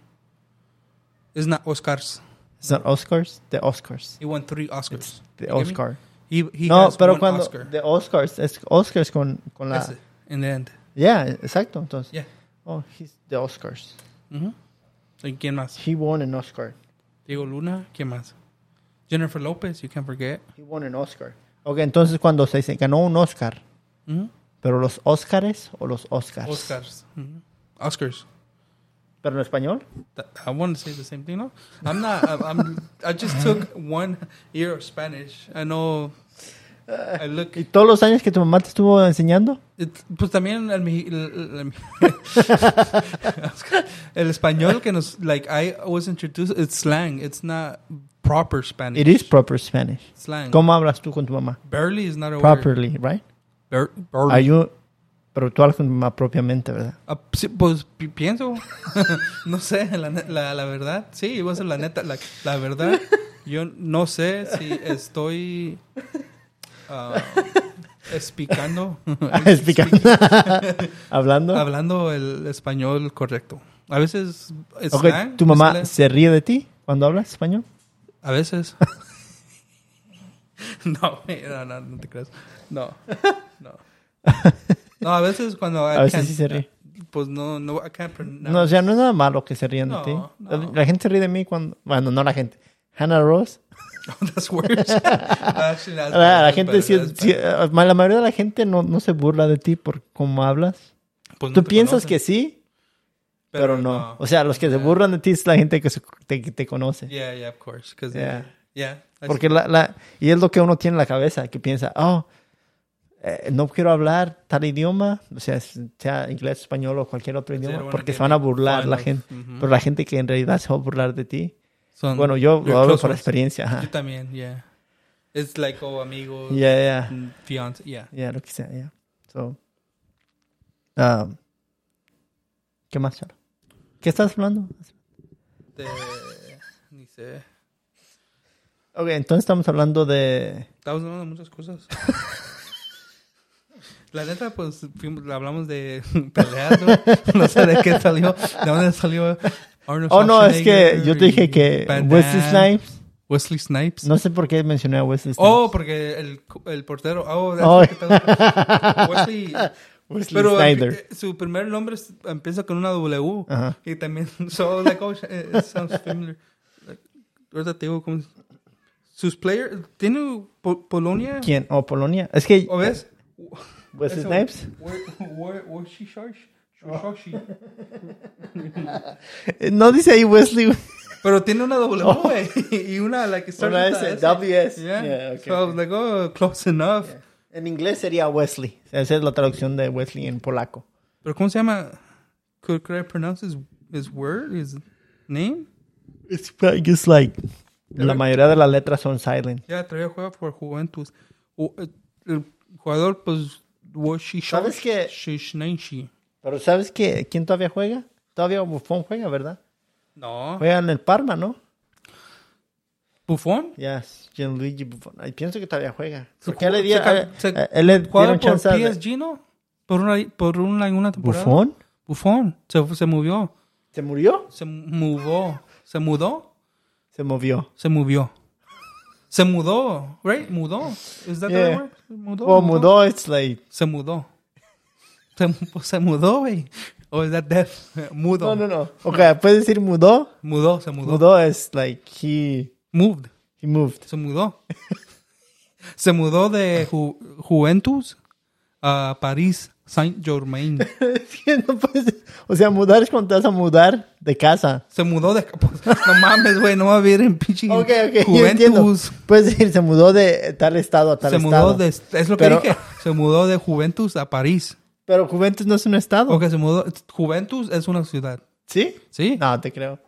Speaker 2: It's not Oscars.
Speaker 1: It's not Oscars, the Oscars.
Speaker 2: He won three Oscars.
Speaker 1: It's the
Speaker 2: You get me?
Speaker 1: Oscar.
Speaker 2: He he
Speaker 1: No,
Speaker 2: has
Speaker 1: pero
Speaker 2: one
Speaker 1: cuando
Speaker 2: Oscar.
Speaker 1: the Oscars, es Oscars con, con la...
Speaker 2: That's it. In the end.
Speaker 1: Yeah, exacto, entonces.
Speaker 2: Yeah.
Speaker 1: Oh, he's the Oscars.
Speaker 2: Mhm. ¿Y quién más?
Speaker 1: He won an Oscar.
Speaker 2: Diego Luna. ¿Quién más? Jennifer Lopez. You can't forget.
Speaker 1: He won an Oscar. Ok, entonces cuando se dice ganó un Oscar,
Speaker 2: Mhm.
Speaker 1: pero los Oscars o los Oscars.
Speaker 2: Oscars. Mhm. Oscars.
Speaker 1: Pero en español.
Speaker 2: Th- I want to say the same thing. No, I'm not. I'm. I'm I just took one year of Spanish. I know. I look.
Speaker 1: ¿Y todos los años que tu mamá te estuvo enseñando?
Speaker 2: It's, pues también el, mi- el, el, el <laughs> español que nos like I was introduced. It's slang. It's not proper Spanish.
Speaker 1: It is proper Spanish.
Speaker 2: slang.
Speaker 1: ¿Cómo hablas tú con tu mamá?
Speaker 2: Barely is not a word.
Speaker 1: Properly, right?
Speaker 2: Bar- barely.
Speaker 1: Are you- pero tú hablas con tu mamá propiamente, ¿verdad?
Speaker 2: <laughs> Ah, sí, pues pi- pienso, <laughs> no sé, la, ne- la, la verdad, sí, iba a ser la neta, la, la verdad, yo no sé si estoy ah, explicando,
Speaker 1: <laughs> Explicando. Hablando.
Speaker 2: hablando el español correcto. A veces es
Speaker 1: Ok,
Speaker 2: slang,
Speaker 1: ¿Tu
Speaker 2: me
Speaker 1: mamá
Speaker 2: sale-
Speaker 1: se ríe de ti cuando hablas español?
Speaker 2: A veces. <laughs> no, güey, no,
Speaker 1: <laughs>
Speaker 2: no, no te creas. No, no. No, a veces cuando... I
Speaker 1: A veces
Speaker 2: can't-
Speaker 1: sí se ríe.
Speaker 2: pues no, no, I can't pronounce.
Speaker 1: No, o sea, no es nada malo que se rían de
Speaker 2: No,
Speaker 1: ti.
Speaker 2: no.
Speaker 1: La gente se ríe de mí cuando... Bueno, no la gente. Hannah Ross.
Speaker 2: <laughs> that's
Speaker 1: <laughs>
Speaker 2: worse. Actually, that's
Speaker 1: La, la
Speaker 2: bad,
Speaker 1: gente...
Speaker 2: that's
Speaker 1: sí-
Speaker 2: bad.
Speaker 1: sí, eh, la mayoría de la gente no, no se burla de ti por cómo hablas.
Speaker 2: Pues no
Speaker 1: Tú
Speaker 2: te
Speaker 1: piensas
Speaker 2: conocen,
Speaker 1: que sí, pero, no. O sea, los que se
Speaker 2: Yeah.
Speaker 1: burlan de ti es la gente que se- te, que te conoce.
Speaker 2: Yeah, yeah, of course. 'cause-
Speaker 1: Yeah.
Speaker 2: yeah, I see.
Speaker 1: Porque la, la- y es lo que uno tiene en la cabeza, que piensa, oh, eh, no quiero hablar tal idioma, o sea, es- sea inglés, español o cualquier otro
Speaker 2: they don't
Speaker 1: idioma,
Speaker 2: wanna
Speaker 1: porque se
Speaker 2: get
Speaker 1: van a burlar
Speaker 2: fun
Speaker 1: la
Speaker 2: of-
Speaker 1: gente.
Speaker 2: Mhm.
Speaker 1: Pero la gente que en realidad se va a burlar de ti.
Speaker 2: Son-
Speaker 1: Bueno, yo
Speaker 2: your
Speaker 1: lo hablo
Speaker 2: close
Speaker 1: por
Speaker 2: ones.
Speaker 1: experiencia. ajá.
Speaker 2: Yo también, yeah. It's like, oh, amigo,
Speaker 1: Ya, ya,
Speaker 2: mm, fiance, yeah.
Speaker 1: ya, lo que sea, ya. So, um, ¿Qué más, Charo? ¿Qué estás hablando?
Speaker 2: De, ni sé.
Speaker 1: Ok, entonces estamos hablando de...
Speaker 2: Estamos hablando de muchas cosas.
Speaker 1: <laughs>
Speaker 2: La neta, pues fuimos- hablamos de <laughs> peleas, ¿no? No sé de qué salió, de dónde salió Arnold
Speaker 1: Oh, no, es que
Speaker 2: Schwarzenegger
Speaker 1: yo te
Speaker 2: y
Speaker 1: dije que
Speaker 2: Van
Speaker 1: Wesley
Speaker 2: Damme.
Speaker 1: Snipes...
Speaker 2: Wesley Snipes.
Speaker 1: No sé por qué mencioné a Wesley Snipes.
Speaker 2: Oh, porque el, el portero. Oh, that's
Speaker 1: Oh.
Speaker 2: what the
Speaker 1: <laughs>
Speaker 2: hell- Wesley.
Speaker 1: Wesley
Speaker 2: Pero
Speaker 1: Snyder.
Speaker 2: eh, su primer nombre es- empieza con una W.
Speaker 1: Ajá.
Speaker 2: Y también. <laughs> So I was like, oh, sh- eh, it sounds familiar. Like, ahorita te digo cómo. es. Sus players. ¿Tiene Po- Polonia?
Speaker 1: ¿Quién? ¿O Polonia? Es que
Speaker 2: ¿O ves?
Speaker 1: Wesley
Speaker 2: Oh, Eso-
Speaker 1: Snipes.
Speaker 2: Where, where, where she Shosh- Shoshoshi.
Speaker 1: Eh, No dice ahí Wesley. güey.
Speaker 2: <laughs> Pero tiene una W güey, y una like starts
Speaker 1: Oh. Una
Speaker 2: with
Speaker 1: S,
Speaker 2: a S.
Speaker 1: WS.
Speaker 2: Yeah.
Speaker 1: Yeah, okay,
Speaker 2: So I was like, oh, close enough.
Speaker 1: En inglés sería Wesley. Esa es la traducción de Wesley en polaco.
Speaker 2: Pero ¿cómo se llama? Could, could I pronounce his, his word, his name?
Speaker 1: It's just like... La mayoría de las letras son silent.
Speaker 2: Ya, todavía juega por Juventus. O, eh, el jugador, pues, Woshi
Speaker 1: ¿Sabes qué?
Speaker 2: Shishnaishi.
Speaker 1: Pero ¿sabes qué? ¿Quién todavía juega? Todavía Buffon juega, ¿verdad?
Speaker 2: No.
Speaker 1: Juega en el Parma, ¿no?
Speaker 2: Buffon.
Speaker 1: Ya, Gianluigi Buffon. Ay, pienso que todavía juega.
Speaker 2: Se
Speaker 1: Porque él le
Speaker 2: ju-
Speaker 1: dieron,
Speaker 2: se cam-
Speaker 1: a-
Speaker 2: se-
Speaker 1: a- él le
Speaker 2: Jugaba
Speaker 1: dieron
Speaker 2: por
Speaker 1: chance de-
Speaker 2: PSG, ¿no? Por una, por una, una temporada.
Speaker 1: ¿Buffon?
Speaker 2: Buffon. Se, se movió.
Speaker 1: ¿Se murió?
Speaker 2: Se mudó. Se mudó.
Speaker 1: Se movió.
Speaker 2: Se movió. Se mudó, right? Mudó. Is that the
Speaker 1: Yeah.
Speaker 2: right word? Mudó.
Speaker 1: O Oh, mudó, it's like...
Speaker 2: Se mudó. Se, mu- se mudó, güey. O es that deaf? Mudo.
Speaker 1: No, no, no. Ok, puedes decir mudó.
Speaker 2: Mudó, se mudó.
Speaker 1: Mudó es like he,
Speaker 2: Moved.
Speaker 1: he moved.
Speaker 2: Se mudó. se mudó de Ju- Juventus a París Saint Germain.
Speaker 1: <laughs> Es que no puedes- o sea, mudar es cuando te vas a mudar de casa.
Speaker 2: Se mudó de. pues, no mames, güey. No va a vivir en pinche
Speaker 1: Ok, ok, yo entiendo.
Speaker 2: Juventus.
Speaker 1: Puedes decir, se mudó de tal estado a tal
Speaker 2: Se
Speaker 1: estado.
Speaker 2: mudó de. Es lo que
Speaker 1: Pero-
Speaker 2: dije. Se mudó de Juventus a París.
Speaker 1: Pero Juventus no es un estado.
Speaker 2: Ok, se mudó. Juventus es una ciudad.
Speaker 1: ¿Sí?
Speaker 2: ¿Sí?
Speaker 1: No, te creo.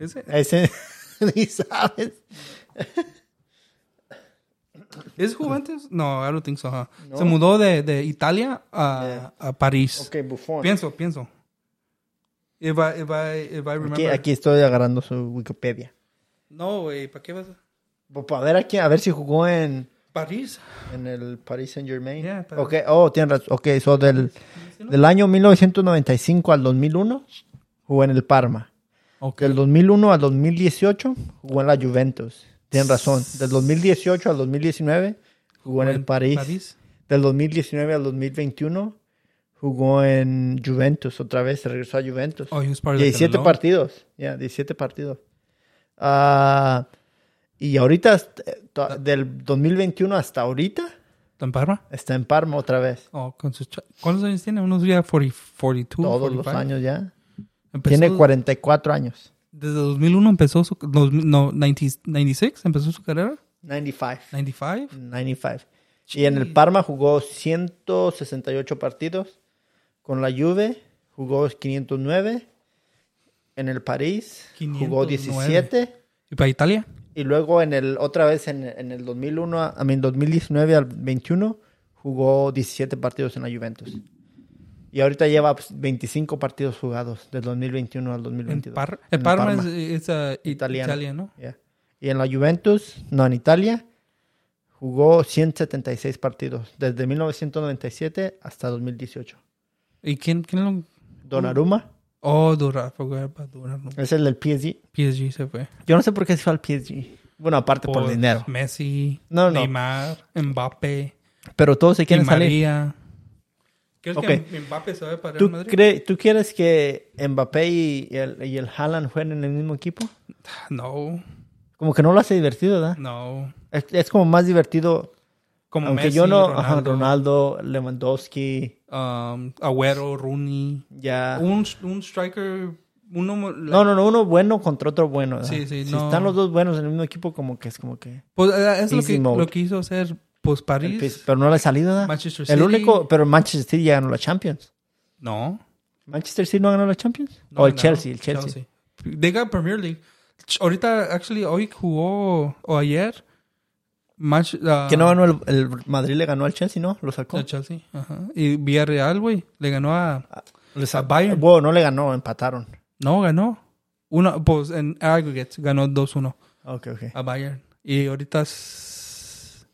Speaker 2: Is it?
Speaker 1: Ese, <laughs> ni sabes.
Speaker 2: ¿Es Juventus? No, I don't think so. huh?
Speaker 1: No.
Speaker 2: Se mudó de, de Italia a, a París.
Speaker 1: Ok, bufón.
Speaker 2: Pienso, pienso. If I, if I, if I remember.
Speaker 1: Aquí, aquí estoy agarrando su Wikipedia.
Speaker 2: No, güey, ¿para qué vas? a-
Speaker 1: Pues, A ver, aquí, a ver si jugó en,
Speaker 2: París.
Speaker 1: en el Paris Saint Germain.
Speaker 2: Yeah, pero-
Speaker 1: Ok, oh, tienes razón. Ok, so del, del año 1995 al 2001 jugó en el Parma.
Speaker 2: Ok.
Speaker 1: Del 2001 al 2018 jugó en la Juventus. Tienen razón. Del 2018 al 2019 jugó en el París. Del 2019 al 2021 jugó en Juventus. Otra vez se regresó a Juventus.
Speaker 2: Oh, he was part of the
Speaker 1: 17
Speaker 2: Canelo.
Speaker 1: partidos. Ya, 17 partidos. Ah, y ahorita, est- eh, to- del 2021 hasta ahorita,
Speaker 2: ¿En Parma?
Speaker 1: está en Parma otra vez.
Speaker 2: Oh, con sus cha- ¿Cuántos años tiene? Unos ya 40, 42,
Speaker 1: Todos los
Speaker 2: 45.
Speaker 1: años ya.
Speaker 2: Empezó
Speaker 1: Tiene 44 años.
Speaker 2: Desde 2001 empezó su... dos mil- No, 90 96 empezó su carrera.
Speaker 1: 95.
Speaker 2: 95.
Speaker 1: 95. Y en el Parma jugó 168 partidos. Con la Juve jugó 509. En el París jugó
Speaker 2: 509.
Speaker 1: 17.
Speaker 2: ¿Y para Italia?
Speaker 1: Y luego en el otra vez en, en el 2001, a mí en 2019 al 21 jugó 17 partidos en la Juventus. Y ahorita lleva pues, 25 partidos jugados del 2021 al
Speaker 2: En
Speaker 1: 2022.
Speaker 2: Par-
Speaker 1: En
Speaker 2: el
Speaker 1: el
Speaker 2: Parma es, es, uh, it-
Speaker 1: Italiano.
Speaker 2: italiano.
Speaker 1: Yeah. Y en la Juventus, no, en Italia, jugó 176 partidos, desde 1997 hasta 2018.
Speaker 2: ¿Y quién, quién lo...?
Speaker 1: Donnarumma
Speaker 2: Oh, Dura, forgot about Dura. no.
Speaker 1: es el del PSG.
Speaker 2: PSG se fue.
Speaker 1: Uh. Yo no sé por qué se fue al PSG. Bueno, aparte Este, por, dinero.
Speaker 2: Messi,
Speaker 1: No, no.
Speaker 2: Neymar, Mbappé,
Speaker 1: Pero todos se
Speaker 2: Di
Speaker 1: quieren salir.
Speaker 2: María. ¿Crees que Mbappé se va a parar
Speaker 1: ¿Tú,
Speaker 2: en Madrid?
Speaker 1: cre- ¿Tú quieres que Mbappé y el, y el Haaland jueguen en el mismo equipo?
Speaker 2: No,
Speaker 1: Como que no lo hace divertido, ¿verdad?
Speaker 2: no.
Speaker 1: Es, es como más divertido.
Speaker 2: Como
Speaker 1: aunque
Speaker 2: Messi,
Speaker 1: yo no. ajá,
Speaker 2: Ronaldo,
Speaker 1: Ronaldo, Lewandowski,
Speaker 2: um, Agüero, Rooney.
Speaker 1: ya.
Speaker 2: Un, un striker, uno... mo-
Speaker 1: Ah. no, no, no, uno bueno contra otro bueno. ¿verdad?
Speaker 2: Sí, sí,
Speaker 1: si
Speaker 2: no.
Speaker 1: están los dos buenos en el mismo equipo, como que es como que.
Speaker 2: Pues, eh, es lo
Speaker 1: Easy
Speaker 2: que,
Speaker 1: mode.
Speaker 2: lo que hizo hacer pues,
Speaker 1: el
Speaker 2: París.
Speaker 1: pis- pero no le ha salido, ¿verdad?
Speaker 2: Manchester
Speaker 1: El
Speaker 2: City.
Speaker 1: único. Pero Manchester City ya ganó la Champions.
Speaker 2: No.
Speaker 1: ¿Manchester City no ganó la Champions?
Speaker 2: no
Speaker 1: o el
Speaker 2: ganaron.
Speaker 1: Chelsea, el Chelsea.
Speaker 2: They got Premier League. Ch- Ahorita, actually, hoy jugó, o ayer, match, ah,
Speaker 1: Que no ganó el, el Madrid, le ganó al Chelsea, ¿no? Lo sacó.
Speaker 2: el Chelsea. Ajá. Y Villarreal, güey, le ganó a...
Speaker 1: Le
Speaker 2: a Bayern.
Speaker 1: Bueno, no le ganó, empataron.
Speaker 2: No, ganó. Uno, pues en aggregate ganó 2-1
Speaker 1: Ok, ok.
Speaker 2: a Bayern. Y ahorita s-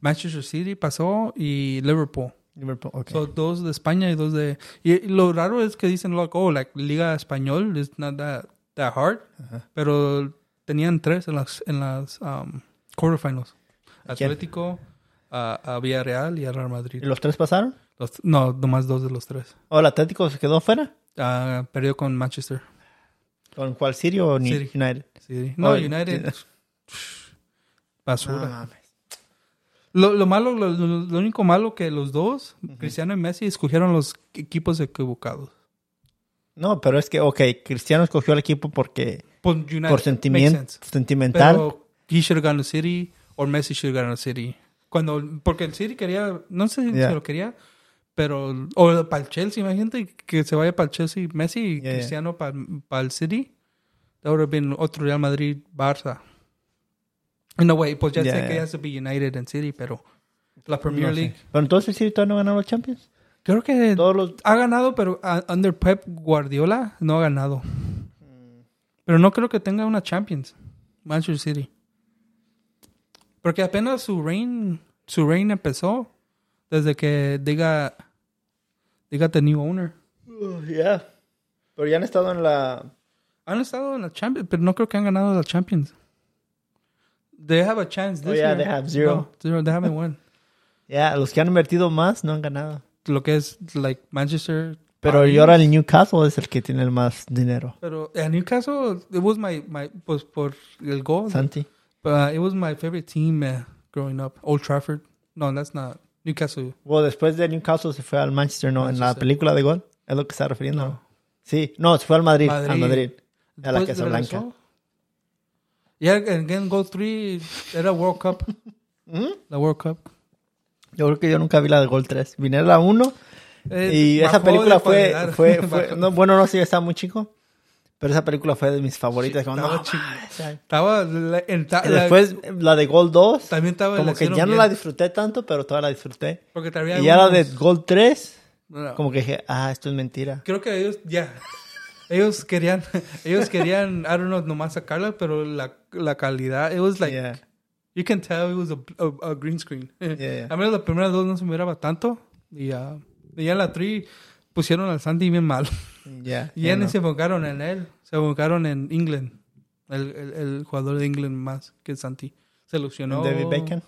Speaker 2: Manchester City pasó y Liverpool.
Speaker 1: Liverpool, ok.
Speaker 2: So, dos de España y dos de... Y, y lo raro es que dicen, like, oh, like, Liga Español is not that, that hard.
Speaker 1: Ajá.
Speaker 2: Pero tenían tres en las, en las um, quarterfinals.
Speaker 1: ¿A quién?
Speaker 2: Atlético, a, a Villarreal y a Real
Speaker 1: ¿Y
Speaker 2: Madrid.
Speaker 1: los tres pasaron?
Speaker 2: Los- no, nomás dos de los tres.
Speaker 1: ¿O el Atlético se quedó fuera?
Speaker 2: Ah, perdió con Manchester
Speaker 1: ¿Con cuál Sirio o ni-
Speaker 2: City.
Speaker 1: United?
Speaker 2: City. No,
Speaker 1: Oh,
Speaker 2: United...
Speaker 1: tiene-
Speaker 2: <sighs> Basura.
Speaker 1: No
Speaker 2: Ah,
Speaker 1: mames.
Speaker 2: Lo, lo malo, lo, lo- lo único malo que los dos, Cristiano y Messi, escogieron los equipos equivocados.
Speaker 1: No, pero es que, ok, Cristiano escogió el equipo porque
Speaker 2: Por, United,
Speaker 1: por
Speaker 2: makes
Speaker 1: sentimiento
Speaker 2: sense.
Speaker 1: sentimental.
Speaker 2: Pero he should have gone to City or Messi should have gone to City. Cuando, porque el City quería, no sé si
Speaker 1: Yeah.
Speaker 2: se lo quería, pero, o para el Chelsea, imagínate que se vaya para el Chelsea Messi y
Speaker 1: Yeah, yeah.
Speaker 2: Cristiano para, para el City. That would have been otro Real Madrid, Barça. No, way, pues ya
Speaker 1: Yeah,
Speaker 2: sé que
Speaker 1: yeah.
Speaker 2: ya se be United en City, pero la Premier
Speaker 1: No sé.
Speaker 2: League.
Speaker 1: Pero entonces el City todavía no ganó los Champions.
Speaker 2: Creo que
Speaker 1: Todos los...
Speaker 2: ha ganado, pero ah, under Pep Guardiola no ha ganado. Pero no creo que tenga una Champions. Manchester City. Porque apenas su reign, su reign empezó desde que diga diga the new owner.
Speaker 1: Uh, yeah. Pero ya han estado en la...
Speaker 2: Han estado en la Champions, pero no creo que han ganado la Champions. They have a chance.
Speaker 1: Oh,
Speaker 2: this
Speaker 1: yeah,
Speaker 2: year.
Speaker 1: they have zero.
Speaker 2: No, zero, they haven't won.
Speaker 1: Ya, los que han invertido más no han ganado.
Speaker 2: <laughs> Lo que es like Manchester.
Speaker 1: Pero
Speaker 2: París.
Speaker 1: y ahora el Newcastle es el que tiene el más dinero.
Speaker 2: Pero en mi caso, it was my, my pues por el gol.
Speaker 1: Santi.
Speaker 2: But it was my favorite team uh, growing up. Old Trafford. No, that's not Newcastle.
Speaker 1: Bueno, después de Newcastle se fue al Manchester, ¿no? En la
Speaker 2: Manchester.
Speaker 1: película de gol. Es lo que está refiriendo. Sí, no, se fue al Madrid. Al
Speaker 2: Madrid.
Speaker 1: Madrid. A la
Speaker 2: Después
Speaker 1: Casablanca.
Speaker 2: regresó. Yeah, and again, goal three era World Cup.
Speaker 1: Mm-hmm.
Speaker 2: La World Cup.
Speaker 1: Yo creo que yo nunca vi la de Gol 3. Vine a la 1
Speaker 2: Eh,
Speaker 1: y esa
Speaker 2: bajó
Speaker 1: película
Speaker 2: de
Speaker 1: fue,
Speaker 2: calidad. <laughs>
Speaker 1: fue, fue
Speaker 2: Bajó.
Speaker 1: no, bueno, no sé, yo estaba muy chico, pero esa película fue de mis favoritas. como,
Speaker 2: estaba
Speaker 1: no,
Speaker 2: chico.
Speaker 1: mames, ay.
Speaker 2: Estaba la- en ta-
Speaker 1: Y
Speaker 2: <laughs> la-
Speaker 1: después la de Gol 2,
Speaker 2: también estaba
Speaker 1: como
Speaker 2: la
Speaker 1: que ya
Speaker 2: hicieron
Speaker 1: no la
Speaker 2: bien,
Speaker 1: disfruté tanto, pero todavía la disfruté.
Speaker 2: porque traía
Speaker 1: Y ya la de
Speaker 2: unos-
Speaker 1: Gol 3,
Speaker 2: no,
Speaker 1: como que dije, ah, esto es mentira.
Speaker 2: creo que ellos ya ellos querían <laughs> ellos querían I don't know nomás sacarla pero la, la calidad it was like
Speaker 1: Yeah.
Speaker 2: You can tell it was a, a, a green screen. <laughs>
Speaker 1: yeah.
Speaker 2: A menos la primera dos no se miraba tanto. Y ya, y ya la tri pusieron al Sandy bien mal. <laughs>
Speaker 1: Ya,
Speaker 2: Y
Speaker 1: ya
Speaker 2: ya ni
Speaker 1: no.
Speaker 2: se enfocaron en él. Se enfocaron en England. El, el, el jugador de England más que Santi. Se ilusionó.
Speaker 1: David Bacon.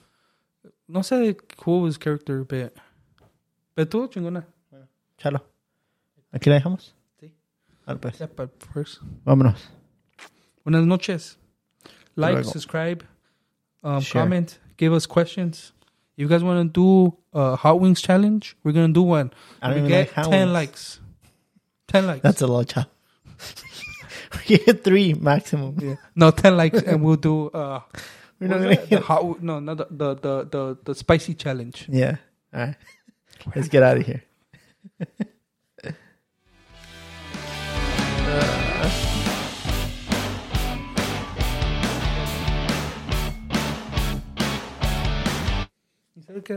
Speaker 2: No sé who was character, pero... Pero tú, chingona.
Speaker 1: Chalo. Aquí la dejamos.
Speaker 2: Sí.
Speaker 1: Ah, pues,
Speaker 2: Yeah, but first.
Speaker 1: vámonos.
Speaker 2: Buenas noches. Like,
Speaker 1: Luego.
Speaker 2: subscribe, um,
Speaker 1: Share.
Speaker 2: comment, give us questions. If you guys want to do a hot wings challenge, we're gonna do one.
Speaker 1: I
Speaker 2: we
Speaker 1: don't even
Speaker 2: get
Speaker 1: like hot
Speaker 2: ten
Speaker 1: wings.
Speaker 2: likes. Ten likes.
Speaker 1: That's a lot, chao. <laughs> we get three maximum.
Speaker 2: yeah. No, ten likes, and we'll do
Speaker 1: <laughs>
Speaker 2: uh,
Speaker 1: We're not
Speaker 2: what
Speaker 1: gonna
Speaker 2: is that?
Speaker 1: <laughs>
Speaker 2: the
Speaker 1: get.
Speaker 2: hot. w- No, not the the the the, the spicy challenge.
Speaker 1: Yeah. All right. Let's get out of here.